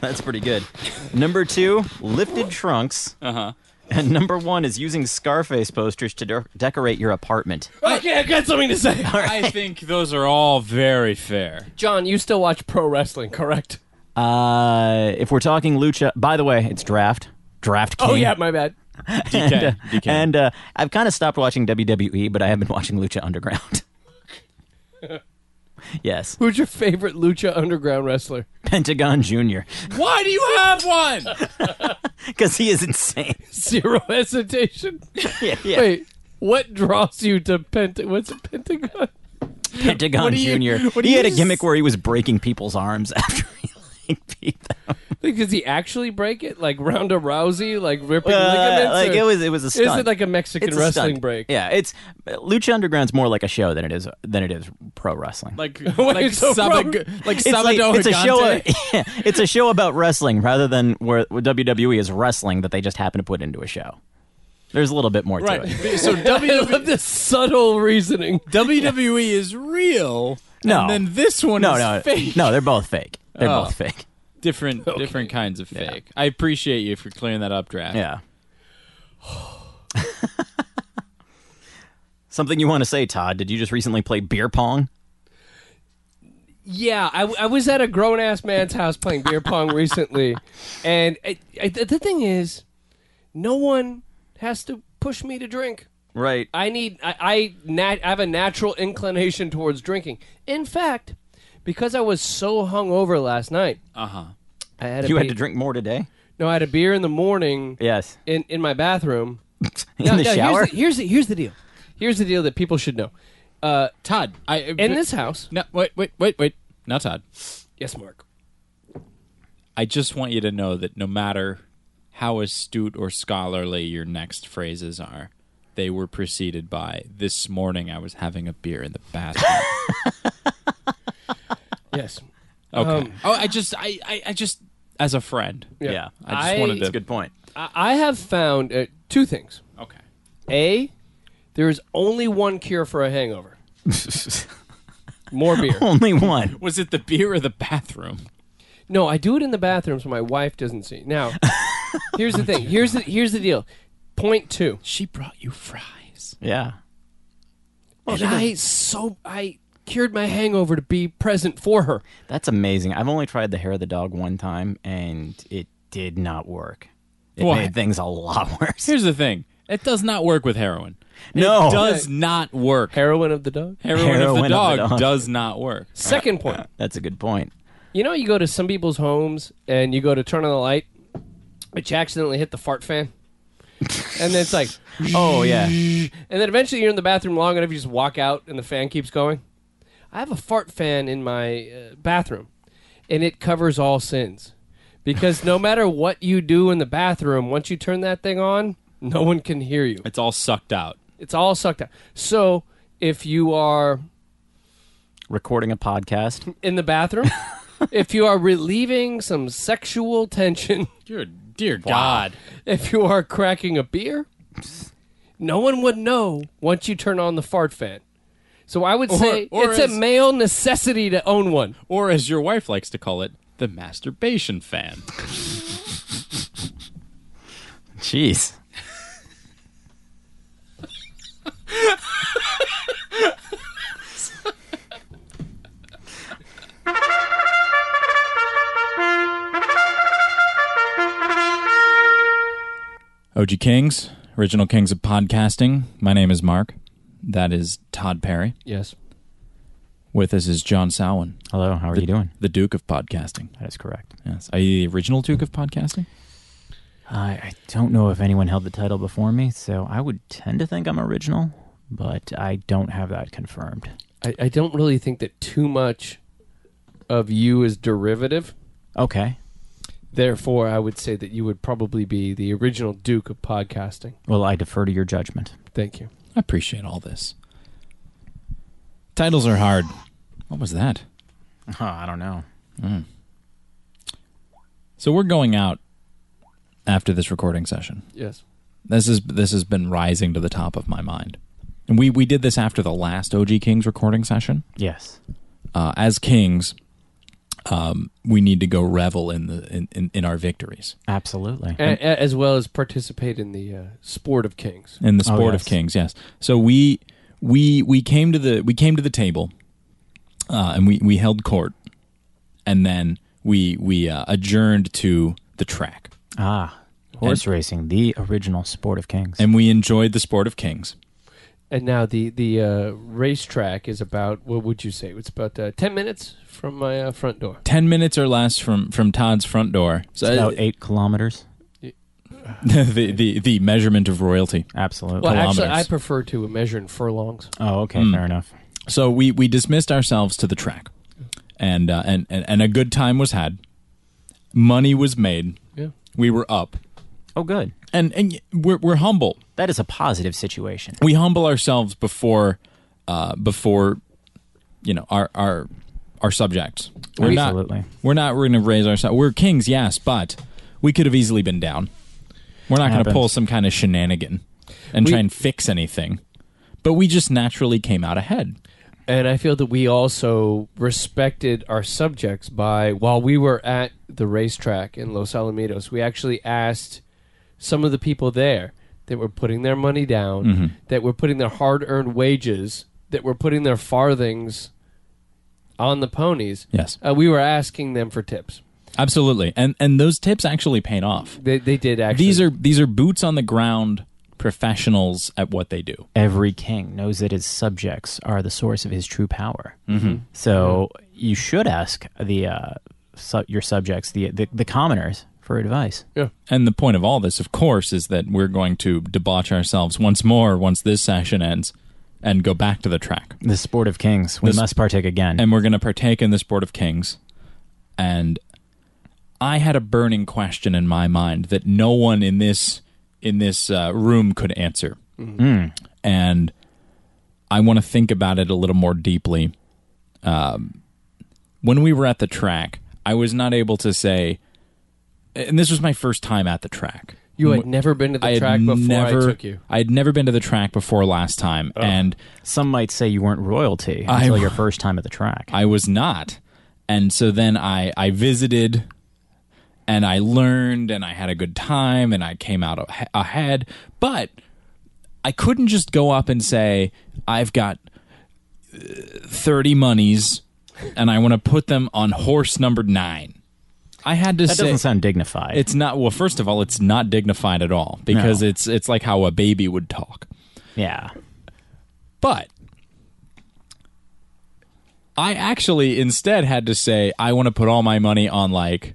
That's pretty good. Number two, lifted trunks. Uh
Uh-huh.
huh. And number one is using Scarface posters to de- decorate your apartment.
okay, I got something to say.
I think those are all very fair.
John, you still watch pro wrestling, correct?
Uh, if we're talking lucha, by the way, it's draft. Draft King.
Oh yeah, my bad.
DK,
And, uh,
DK.
and, uh, I've kind of stopped watching WWE, but I have been watching Lucha Underground. yes,
Who's your favorite Lucha Underground wrestler?
Pentagon Junior,
why do you have one?
because he is insane.
Zero hesitation.
yeah, yeah.
Wait, what draws you to Pent? What's a Pentagon?
Pentagon
what do you-
Junior.
what do
He
you
had a
s-
gimmick where he was breaking people's arms after he like, beat them.
Like, does he actually break it? Like Ronda Rousey, like ripping
Uh,
ligaments?
like
or-
it was, it was a stunt.
Is it like a Mexican
It's a
wrestling
stunt.
break?
Yeah, it's Lucha Underground's more like a show than it is than it is pro wrestling.
Like
like so Saba- wrong?
like
it's, like- it's a show. yeah, it's a show about wrestling rather than where, where WWE is wrestling that they just happen to put into a show. There's a little bit more
right.
to it.
So
I love this subtle reasoning.
WWE E is real.
No.
And then this one
No,
is
no,
fake.
no. They're both fake. They're
Oh.
both fake.
Different different kinds of fake. I appreciate you for clearing that up, draft.
Yeah. Something you want to say, Todd? Did you just recently play beer pong?
Yeah, I, I was at a grown ass man's house playing beer pong recently, and I, I, the thing is, no one has to push me to drink.
Right.
I need I I, nat, I have a natural inclination towards drinking. In fact, because I was so hungover last night, uh huh. I had a
Uh-huh. You had
be-
to drink more today.
No, I had a beer in the morning.
Yes.
in in my bathroom.
In
No,
the
no,
shower.
Here's the, here's the here's the deal. Here's the deal that people should know. Uh,
Todd, I
in this house,
No, wait, wait, wait, wait. Now, Todd,
yes, Mark.
I just want you to know that no matter how astute or scholarly your next phrases are, they were preceded by "This morning I was having a beer in the bathroom."
Yes.
Okay. oh, I just, I, I, I just, as a friend.
Yeah,
I just wanted to-
That's a good point.
I I have found uh, two things.
Okay.
A, there is only one cure for a hangover. More beer.
Only one.
Was it the beer or the bathroom?
No, I do it in the bathroom so my wife doesn't see. Now, here's the thing. Here's the here's the deal. Point two.
She brought you fries.
Yeah.
and I so I cured my hangover to be present for her.
That's amazing. I've only tried the hair of the dog one time, and it did not work. It
Why?
made things a lot worse.
Here's the thing: it does not work with heroin.
No.
it does not work.
Heroin of the dog.
Heroin,
Heroin
of, the dog
dog.
does not work.
Second point.
That's a good point.
You know, you go to some people's homes and you go to turn on the light, but you accidentally hit the fart fan, and then it's like,
Oh yeah.
and then eventually you're in the bathroom long enough, you just walk out, and the fan keeps going. I have a fart fan in my uh, bathroom, and it covers all sins, because no matter what you do in the bathroom, once you turn that thing on, no one can hear you.
It's all sucked out.
It's all sucked out. So if you are
Recording a podcast.
in the bathroom, if you are relieving some sexual tension,
Dear, dear God.
if you are cracking a beer, no one would know once you turn on the fart fan. So I would say
or
it's
as-
a male necessity to own one.
Or as your wife likes to call it, the masturbation fan.
Jeez.
OG Kings, original kings of podcasting. My name is Mark. That is Todd Perry.
Yes.
With us is John Salwin,
Hello. How are you doing?
the Duke of Podcasting.
That is correct.
Yes. Are you the original Duke of Podcasting?
I, I don't know if anyone held the title before me, so I would tend to think I'm original, but I don't have that confirmed.
I, I don't really think that too much of you is derivative.
Okay.
Therefore, I would say that you would probably be the original Duke of podcasting.
Well, I defer to your judgment.
Thank you.
I appreciate all this. Titles are hard. What was that?
Oh, I don't know.
So we're going out after this recording session.
Yes.
This is this has been rising to the top of my mind. And we we did this after the last OG Kings recording session.
Yes.
Uh, as kings, um, we need to go revel in the in, in, in our victories
Absolutely.
A- a- as well as participate in the uh, sport of kings.
in the sport
Oh, yes.
of kings. Yes. So we we we came to the we came to the table, uh, and we we held court, and then we we uh, adjourned to the track,
ah, horse racing, the original sport of kings.
and we enjoyed the sport of kings.
And now the the uh, racetrack is about what would you say? It's about uh, ten minutes from my uh, front door.
Ten minutes or less from from Todd's front door. So
It's about eight kilometers.
the, the the measurement of royalty.
Absolutely.
Well, actually, I
Kilometers.
prefer to measure in furlongs.
oh, okay. Fair enough.
So we we dismissed ourselves to the track, and uh, and, and and a good time was had. Money was made.
Yeah.
We were up,
Oh, good.
and and y- we're we're humble.
That is a positive situation.
We humble ourselves before, uh, before, you know our our our subjects. We're
Absolutely.
not. We're not. We're going to raise ourselves. We're kings, yes, but we could have easily been down. We're not going to
Happens.
pull some kind of shenanigan and
We-
try and fix anything. But we just naturally came out ahead.
And I feel that we also respected our subjects by while we were at the racetrack in Los Alamitos, we actually asked some of the people there that were putting their money down, that were putting their hard earned wages, that were putting their farthings on the ponies.
Yes.
Uh, we were asking them for tips.
Absolutely, and and those tips actually paid off.
They, they did actually.
These are these are boots on the ground professionals at what they do.
Every king knows that his subjects are the source of his true power. Mm-hmm. So you should ask the uh, su- your subjects, the, the the commoners, for advice.
And the point of all this, of course, is that we're going to debauch ourselves once more once this session ends, and go back to the track.
The sport of kings. We
This-
must partake again.
and we're going to partake in the sport of kings. And I had a burning question in my mind that no one in this in this uh, room could answer,
Mm-hmm.
and I want to think about it a little more deeply. Um, when we were at the track, I was not able to say, and this was my first time at the track.
You had never been to the
I had
track before
never,
I took you.
I had never been to the track before last time, and
Some might say you weren't royalty
I-
until your first time at the track.
I was not. And so then I, I visited and I learned and I had a good time and I came out ah- ahead. But I couldn't just go up and say, I've got uh, 30 monies and I want to put them on horse number nine. I had to
that
say.
doesn't sound dignified.
it's not well. First of all, it's not dignified at all because
No.
it's it's like how a baby would talk.
yeah.
But I actually instead had to say I want to put all my money on like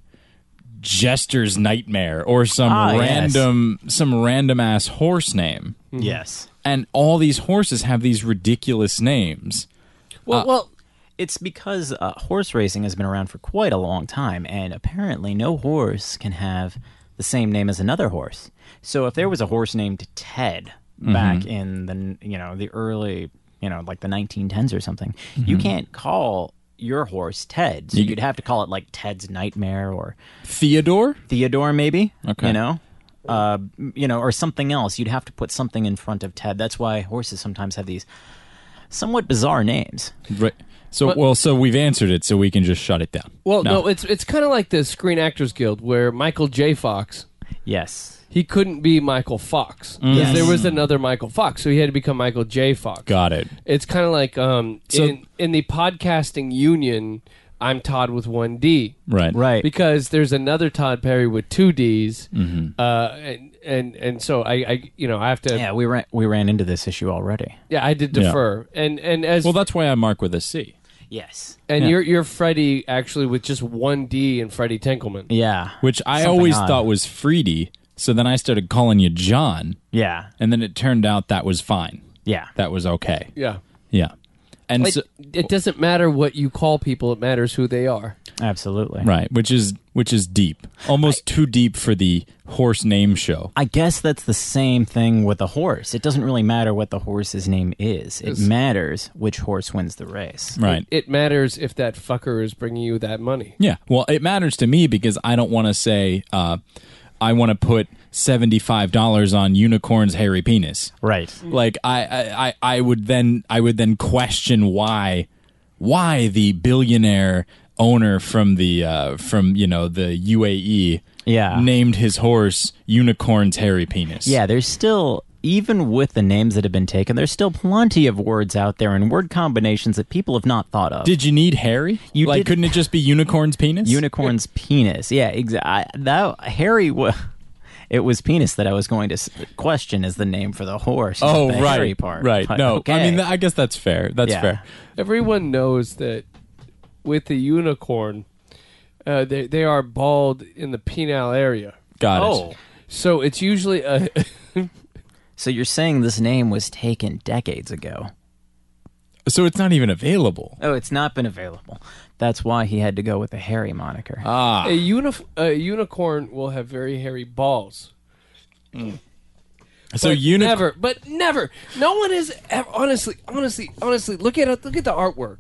Jester's Nightmare or some
Ah, yes.
random some random ass horse name.
Yes.
And all these horses have these ridiculous names.
Well, well,
Uh, It's because uh, horse racing has been around for quite a long time, and apparently no horse can have the same name as another horse. So if there was a horse named Ted back in the you know the early you know like the 1910s or something, you can't call your horse Ted. So
You-
you'd have to call it like Ted's Nightmare or
Theodore?
Theodore, maybe.
Okay.
You know, uh, you know, or something else. You'd have to put something in front of Ted. That's why horses sometimes have these somewhat bizarre names.
Right. So well, so we've answered it so we can just shut it down.
well, no, it's it's kind of like the Screen Actors Guild where Michael J. Fox
Yes.
he couldn't be Michael Fox
Mm.
because
Yes.
there was another Michael Fox, so he had to become Michael J. Fox.
Got it.
It's kind of like um,
So-
in in the podcasting union, I'm Todd with one D.
Right.
Right.
because there's another Todd Perry with two D's,
Mm-hmm.
uh, and and and so I, I you know I have to yeah,
Yeah, we ran we ran into this issue already.
I did
Yeah.
defer and and as
Well, that's why I mark with a C.
Yes.
and
yeah.
you're you're Freddie actually with just one D and Freddie Tenkelman.
Yeah.
Which I
Something
always
odd.
thought was Freedy, so then I started calling you John,
Yeah.
and then it turned out that was fine.
Yeah.
That was okay.
Yeah,
Yeah. And
it,
so,
it doesn't matter what you call people; it matters who they are.
Absolutely.
right, which is which is deep. Almost too deep for the horse name show.
I guess that's the same thing with a horse. It doesn't really matter what the horse's name is. It matters which horse wins the race.
Right.
It matters if that fucker is bringing you that money.
yeah. Well, it matters to me because I don't want to say uh, I want to put $75 on unicorn's hairy penis.
Right.
Like I, I I I would then I would then question why why the billionaire owner from the uh, from you know the UAE
Yeah.
named his horse unicorn's hairy penis.
Yeah, there's still even with the names that have been taken, there's still plenty of words out there and word combinations that people have not thought of.
Did you need Harry?
You
like,
did-
couldn't it just be unicorn's penis?
Unicorn's penis. Yeah, exactly. That Harry wa It was penis that I was going to s- question as the name for the horse. not
oh,
the
right,
Harry part.
right.
But,
no, I
okay.
mean, th- I guess that's fair. That's
Yeah.
fair.
Everyone knows that with the unicorn, uh, they they are bald in the penile area.
Got
oh.
it.
So it's usually a
So you're saying this name was taken decades ago?
So it's not even available.
Oh, it's not been available. That's why he had to go with the Harry moniker.
Ah,
a, uni- a unicorn will have very hairy balls.
so
But
unicorn.
never, but never. No one is ever, honestly, honestly, honestly. Look at look at the artwork.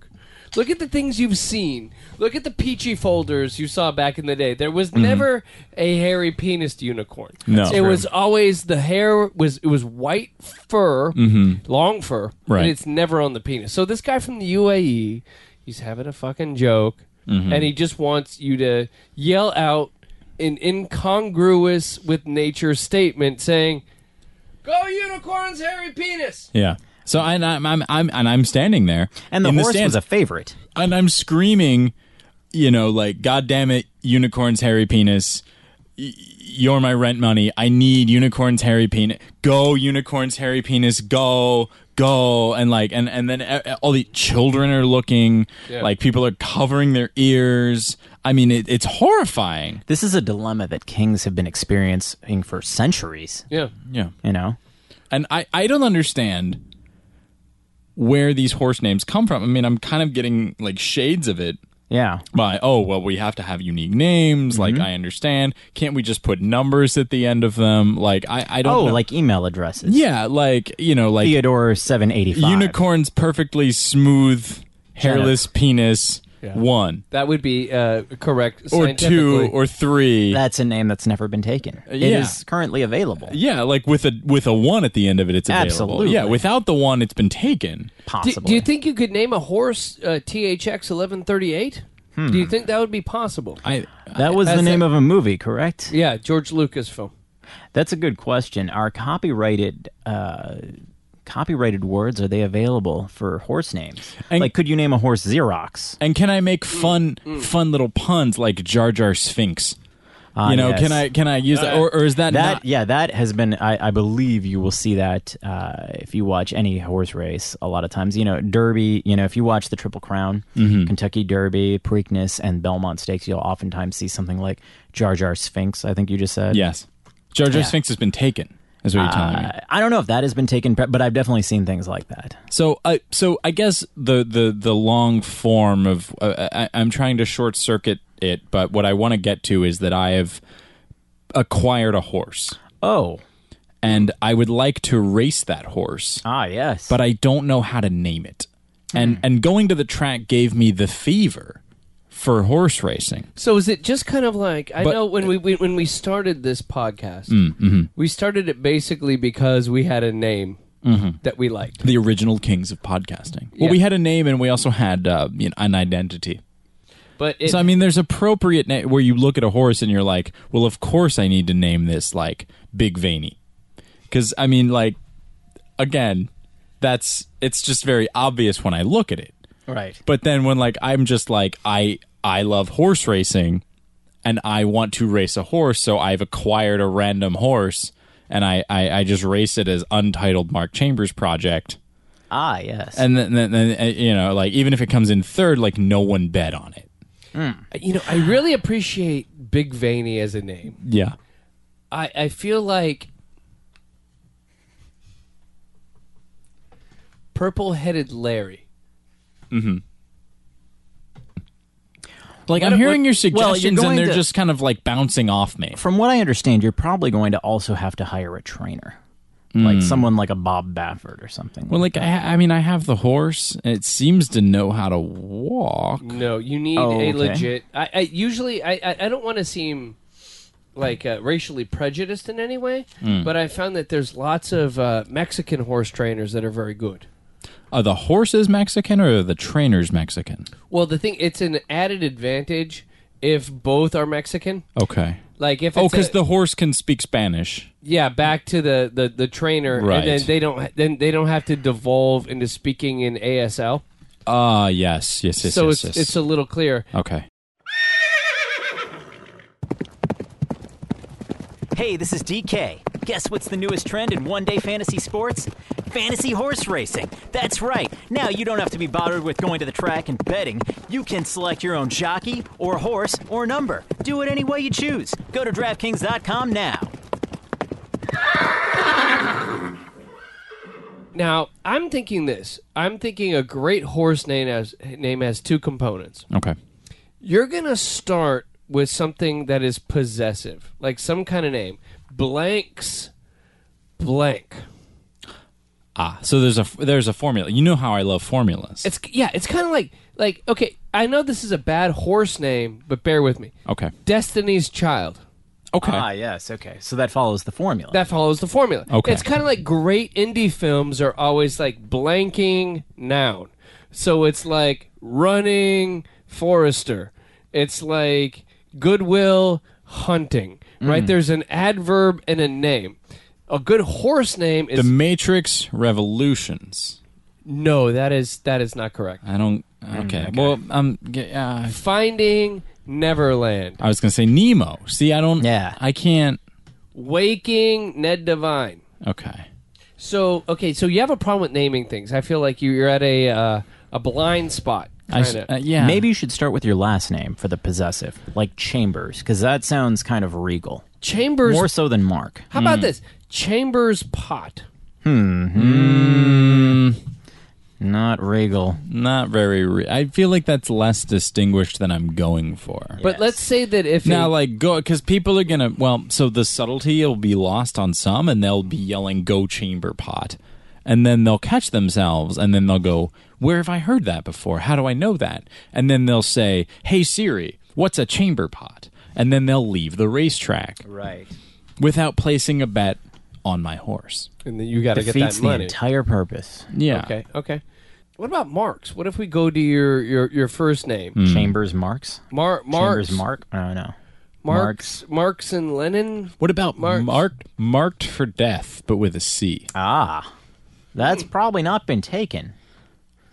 Look at the things you've seen. Look at the peachy folders you saw back in the day. There was never a hairy penis unicorn.
Mm-hmm. No.
it
That's true.
was always the hair was it was white fur, long fur,
Mm-hmm. Right.
and it's never on the penis. So this guy from the UAE, he's having a fucking joke,
Mm-hmm.
and he just wants you to yell out an incongruous with nature statement saying. Go unicorns, hairy penis.
Yeah. So I, I'm, I'm, I'm, and I'm standing there,
and the
in
horse
the stands,
was a favorite.
and I'm screaming, you know, like, God damn it, unicorn's hairy penis. Y- You're my rent money. I need unicorn's hairy penis. Go unicorn's hairy penis. Go go and like and and then uh, all the children are looking.
Yeah.
Like people are covering their ears. I mean, it, it's horrifying.
This is a dilemma that kings have been experiencing for centuries.
Yeah.
Yeah.
You know,
And I, I don't understand where these horse names come from. I mean, I'm kind of getting like shades of it
Yeah.
by oh well we have to have unique names
Mm-hmm.
like i understand can't we just put numbers at the end of them like i i don't
Oh,
know.
like email addresses.
yeah like you know like
Theodore seven eighty five.
unicorn's perfectly smooth hairless penis one
That would be uh, correct.
or two
scientifically.
or three
That's a name that's never been taken. It
yeah.
is currently available.
yeah like with a with a one at the end of it it's available
Absolutely.
yeah without the one it's been taken
Do,
Possibly.
do you think you could name a horse uh, THX eleven thirty eight?
Hmm.
Do you think that would be possible?
i
that was the
That's
name
a-
of a movie, correct?
yeah, George Lucas film.
That's a good question. Are copyrighted uh, copyrighted words are they available for horse names?
And-
like, could you name a horse Xerox?
and can i make fun fun little puns like jar jar sphinx
Ah,
you know
yes.
can i can i use that or, or is that,
That
not
yeah, that has been. I, I believe you will see that uh, if you watch any horse race. A lot of times, you know, Derby. You know, if you watch the Triple Crown,
Mm-hmm.
Kentucky Derby, Preakness, and Belmont Stakes, you'll oftentimes see something like Jar Jar Sphinx. I think you just said.
Yes. Jar Jar
Yeah.
Sphinx has been taken, is what you're telling me.
Uh, I don't know if that has been taken, but I've definitely seen things like that.
So, I so I guess the the the long form of uh, I, I'm trying to short circuit it, but what I want to get to is that I have acquired a horse,
Oh,
and I would like to race that horse,
ah, yes.
but I don't know how to name it. And
Hmm.
and going to the track gave me the fever for horse racing.
So is it just kind of like I
But- Mm, mm-hmm.
know when we, we when we started this podcast, we started it basically because we had a name
Mm-hmm.
that we liked.
The original kings of podcasting. Well,
Yeah.
we had a name, and we also had uh, you know, an identity.
But it,
So I mean, there's appropriate na- where you look at a horse and you're like, well, of course I need to name this like Big Veiny, because I mean, like, again, that's it's just very obvious when I look at it.
right.
But then when like I'm just like I I love horse racing, and I want to race a horse, so I've acquired a random horse, and I I, I just race it as untitled Mark Chambers project,
Ah, yes.
and then, then, then uh, you know like even if it comes in third, like no one bet on it.
you know, I really appreciate Big Veiny as a name.
Yeah.
I I feel like Purple Headed Larry.
Like
What-
I'm hearing
what-
your
well, you're
suggestions,
going
and they're
to-
just kind of like bouncing off me.
From what I understand, you're probably going to also have to hire a trainer, like someone like a Bob Baffert or something.
Hmm. Well, like I, I mean, I have the horse, and it seems to know how to walk.
No, you need
Oh, okay.
a legit. I, I usually I I, I don't want to seem like uh, racially prejudiced in any way,
Hmm.
but I found that there's lots of uh, Mexican horse trainers that are very good.
Are the horses Mexican or are the trainers Mexican?
Well, the thing it's an added advantage if both are Mexican.
Okay.
Like if
Oh,
it's
because
a-
the horse can speak Spanish.
yeah back to the the, the trainer
Right.
and then they don't then they don't have to devolve into speaking in ASL.
Ah, yes, yes, yes,
so it's
yes, yes.
it's a little clear.
okay.
hey, this is DK. Guess what's the newest trend in one day fantasy sports? Fantasy horse racing. That's right. Now you don't have to be bothered with going to the track and betting. You can select your own jockey or horse or number. Do it any way you choose. Go to DraftKings.com now.
Now, I'm thinking this. I'm thinking a great horse name has name has two components.
Okay.
You're going to start with something that is possessive, like some kind of name. Blanks blank.
Ah, so there's a there's a formula. You know how I love formulas.
It's yeah, it's kind of like like okay, I know this is a bad horse name, but bear with me.
okay.
Destiny's Child.
Okay.
Ah, yes. Okay. So that follows the formula.
That follows the formula.
Okay.
It's kind of like great indie films are always like blanking noun. So it's like running Forrester. It's like goodwill hunting.
Mm-hmm.
Right? There's an adverb and a name. A good horse name is
the Matrix Revolutions.
no. That is that is not correct.
I don't. Okay. Well, um, yeah.
Finding Neverland.
I was gonna say Nemo. See, I don't.
Yeah.
I can't.
Waking Ned Divine.
Okay.
So okay, so you have a problem with naming things. I feel like you- you're at a uh, a blind spot.
I s-
kinda.
uh, yeah.
Maybe you should start with your last name for the possessive, like Chambers, because that sounds kind of regal.
Chambers.
More so than Mark.
how about this? Chambers pot.
Not regal.
Not very. Re- I feel like that's less distinguished than I'm going for.
But let's say that if
Now,
a-
like, go because people are gonna. Well, so the subtlety will be lost on some, and they'll be yelling "Go chamber pot," and then they'll catch themselves, and then they'll go, "Where have I heard that before? How do I know that?" And then they'll say, "Hey Siri, what's a chamber pot?" And then they'll leave the racetrack
uh,
Right.
without placing a bet on my horse.
and then you got to get
Defeats
that
the
money.
entire purpose.
Yeah.
okay, okay. What about marks? What if we go to your your, your first name?
Hmm.
Chambers marks.
Mar- marks,
Hmm. Chambers mark. I don't know.
marks, marks, and Lennon.
What about
Marked.
marked marked for death, but with a C?
Ah, that's probably not been taken.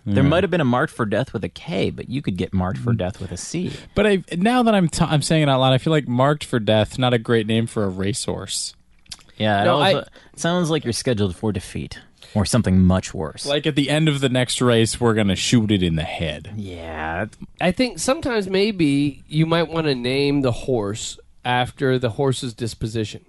Hmm.
There might have been a marked for death with a K, but you could get marked for death with a C.
But I now that I'm t- I'm saying it out loud, I feel like marked for death not a great name for a racehorse.
Yeah, it,
No,
also-
I-
it sounds like you're scheduled for defeat or something much worse.
Like at the end of the next race, we're gonna shoot it in the head.
yeah,
I think sometimes maybe you might want to name the horse after the horse's disposition.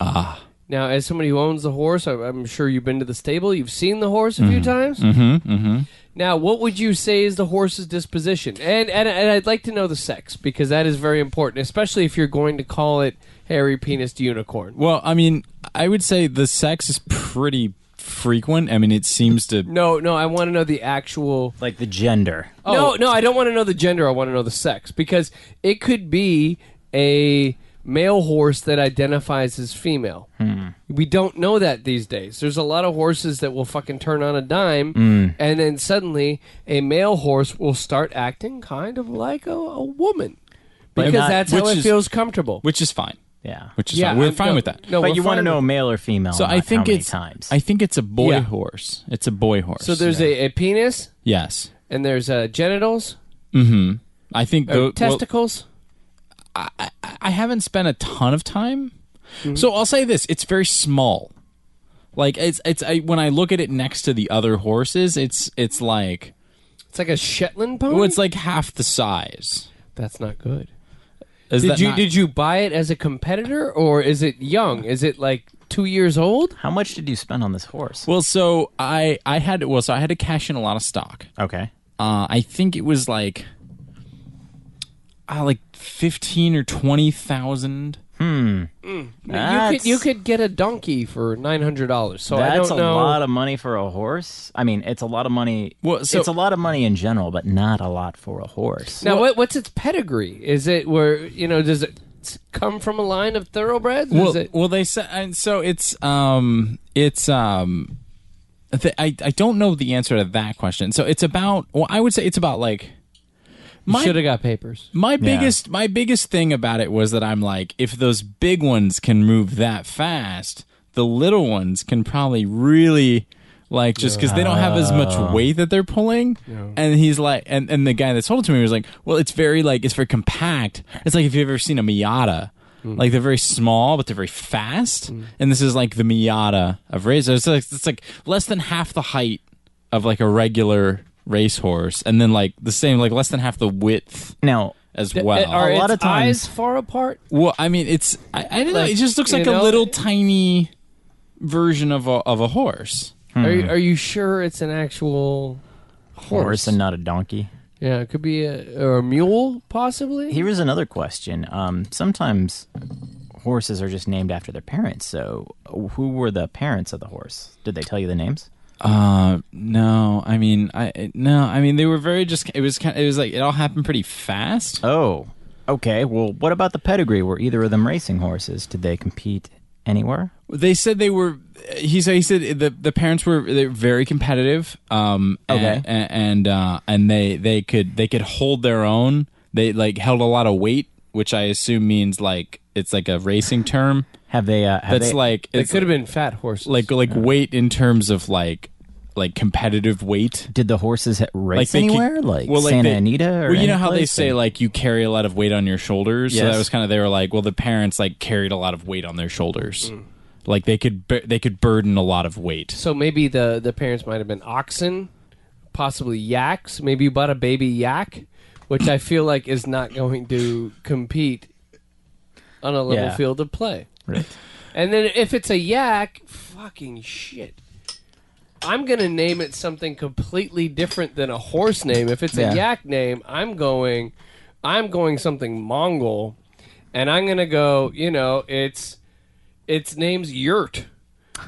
Ah. Now, as somebody who owns the horse, I- I'm sure you've been to the stable. You've seen the horse a few times. Mm-hmm. Mm-hmm. Now, what would you say is the horse's disposition? And, and and I'd like to know the sex because that is very important, especially if you're going to call it hairy penis unicorn.
Well, I mean, I would say the sex is pretty frequent. I mean, it seems to.
No, no, I want to know the actual.
like the gender.
No,
Oh.
no, I don't want to know the gender. I want to know the sex because it could be a male horse that identifies as female.
Hmm.
We don't know that these days. There's a lot of horses that will fucking turn on a dime,
Hmm.
and then suddenly a male horse will start acting kind of like a, a woman
But
because
not-
that's how
which
it
is-
feels comfortable.
Which is fine.
Yeah,
Which is fine. We're
I'm-
fine
no,
with that.
No,
but
we're
you want
fine
to know
with-
male or female?
So I think
how many
it's
times.
I think it's a boy
Yeah.
horse. It's a boy horse.
So there's a, a penis
yes.
and there's uh, genitals,
I think
or
the well,
testicles.
I haven't spent a ton of time.
Mm-hmm.
So I'll say this: it's very small. Like it's it's I, when I look at it next to the other horses, it's it's like
it's like a Shetland pony.
oh, it's like half the size.
that's not good.
Is
Did
that
you
not-
did you buy it as a competitor or is it young? Is it like two years old?
How much did you spend on this horse?
Well, so I I had well, so I had to cash in a lot of stock.
Okay,
Uh, I think it was like, uh, like fifteen or twenty thousand.
you
That's-
could you could get a donkey for nine hundred dollars. So I
that's
don't
a
know.
lot of money for a horse. I mean, it's a lot of money.
Well, so-
it's a lot of money in general, but not a lot for a horse.
now what what's its pedigree? Is it where you know does it s- come from a line of thoroughbreds?
Well,
is it
well, they said, and so it's um, it's um, th- I I don't know the answer to that question. So it's about well, I would say it's about like my
should have got papers?
my biggest my biggest thing about it was that I'm like, if those big ones can move that fast, the little ones can probably really like just because they don't have as much weight that they're pulling. And he's like, and and the guy that sold it to me was like, well, it's very like it's very compact. It's like if you've ever seen a Miata. Like they're very small, but they're very fast, and this is like the Miata of racers. It's like, it's like less than half the height of like a regular racehorse, and then like the same, like less than half the width
Now,
as
Uh, Are
well.
A lot
its
of times-
eyes far apart?
Well, I mean, it's I, I don't know.
Like,
It just looks
you
like a
know-
little tiny version of a of a horse.
Are you are you sure it's an actual horse?
horse and not a donkey.
yeah, it could be a or a mule possibly.
Here is another question. Um, sometimes horses are just named after their parents. So, who were the parents of the horse? Did they tell you the names?
Uh, no, I mean, I it- no, I mean, they were very just. It was kind. It was like it all happened pretty fast.
Oh, okay. Well, what about the pedigree? Were either of them racing horses? Did they compete anywhere?
They said they were. He said he said the the parents were they're very competitive. Um,
Okay.
and and, and, uh, and they they could they could hold their own. They like held a lot of weight, which I assume means like it's like a racing term.
Have they? Uh, have
That's
they-
like
it
it's
could have been fat horses.
like like weight in terms of like like competitive weight.
Did the horses ha- race
Like they could-
anywhere? like
well,
Santa
they-
Anita? Or
well, you know
any
how they
place?
say like you carry a lot of weight on your shoulders. So that
Yes.
was kind of they were like, well, the parents like carried a lot of weight on their shoulders. Like they could bur- they could burden a lot of weight.
So maybe the the parents might have been oxen, possibly yaks. Maybe you bought a baby yak, which I feel like is not going to compete on a level
Yeah.
field of play.
Right.
And then if it's a yak, fucking shit. I'm gonna name it something completely different than a horse name. If it's
Yeah.
a yak name, I'm going, I'm going something Mongol, and I'm gonna go. You know, it's its name's yurt.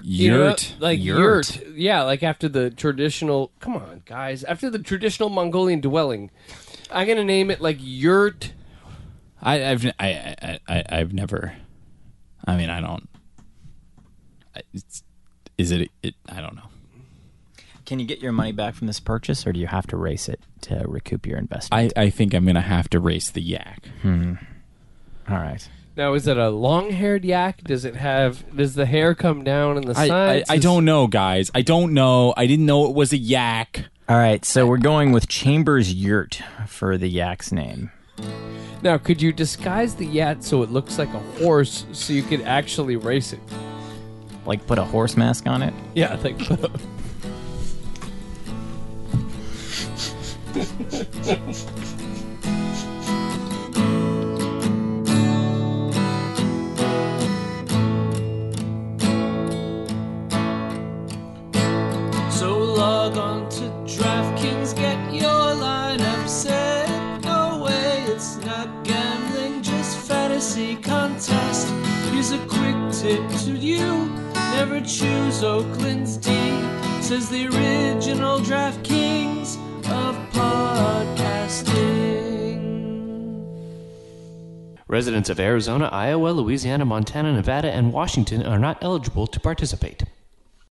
You know,
Yurt.
like
Yurt.
yurt. Yeah, like after the traditional. Come on, guys. After the traditional Mongolian dwelling, I'm gonna name it like yurt.
I, I've I, I, I I've never. I mean, I don't. I- It's, is it, it? I don't know.
Can you get your money back from this purchase, or do you have to race it to recoup your investment?
I, I think I'm gonna have to race the yak.
All right.
Now, is it a long-haired yak? Does it have? Does the hair come down in the
I, I,
sides?
I don't know, guys. I don't know. I didn't know it was a yak.
All right. So we're going with Chambers Yurt for the yak's name.
Now, could you disguise the yacht so it looks like a horse so you could actually race it?
Like put a horse mask on it.
Yeah, I think so.
So log on to DraftKings, get your lineup set. No way, it's not gambling, just fantasy contest. Here's a quick tip to you: never choose Oakland's D. Says the original DraftKings of podcasting. Residents of Arizona, Iowa, Louisiana, Montana, Nevada, and Washington are not eligible to participate.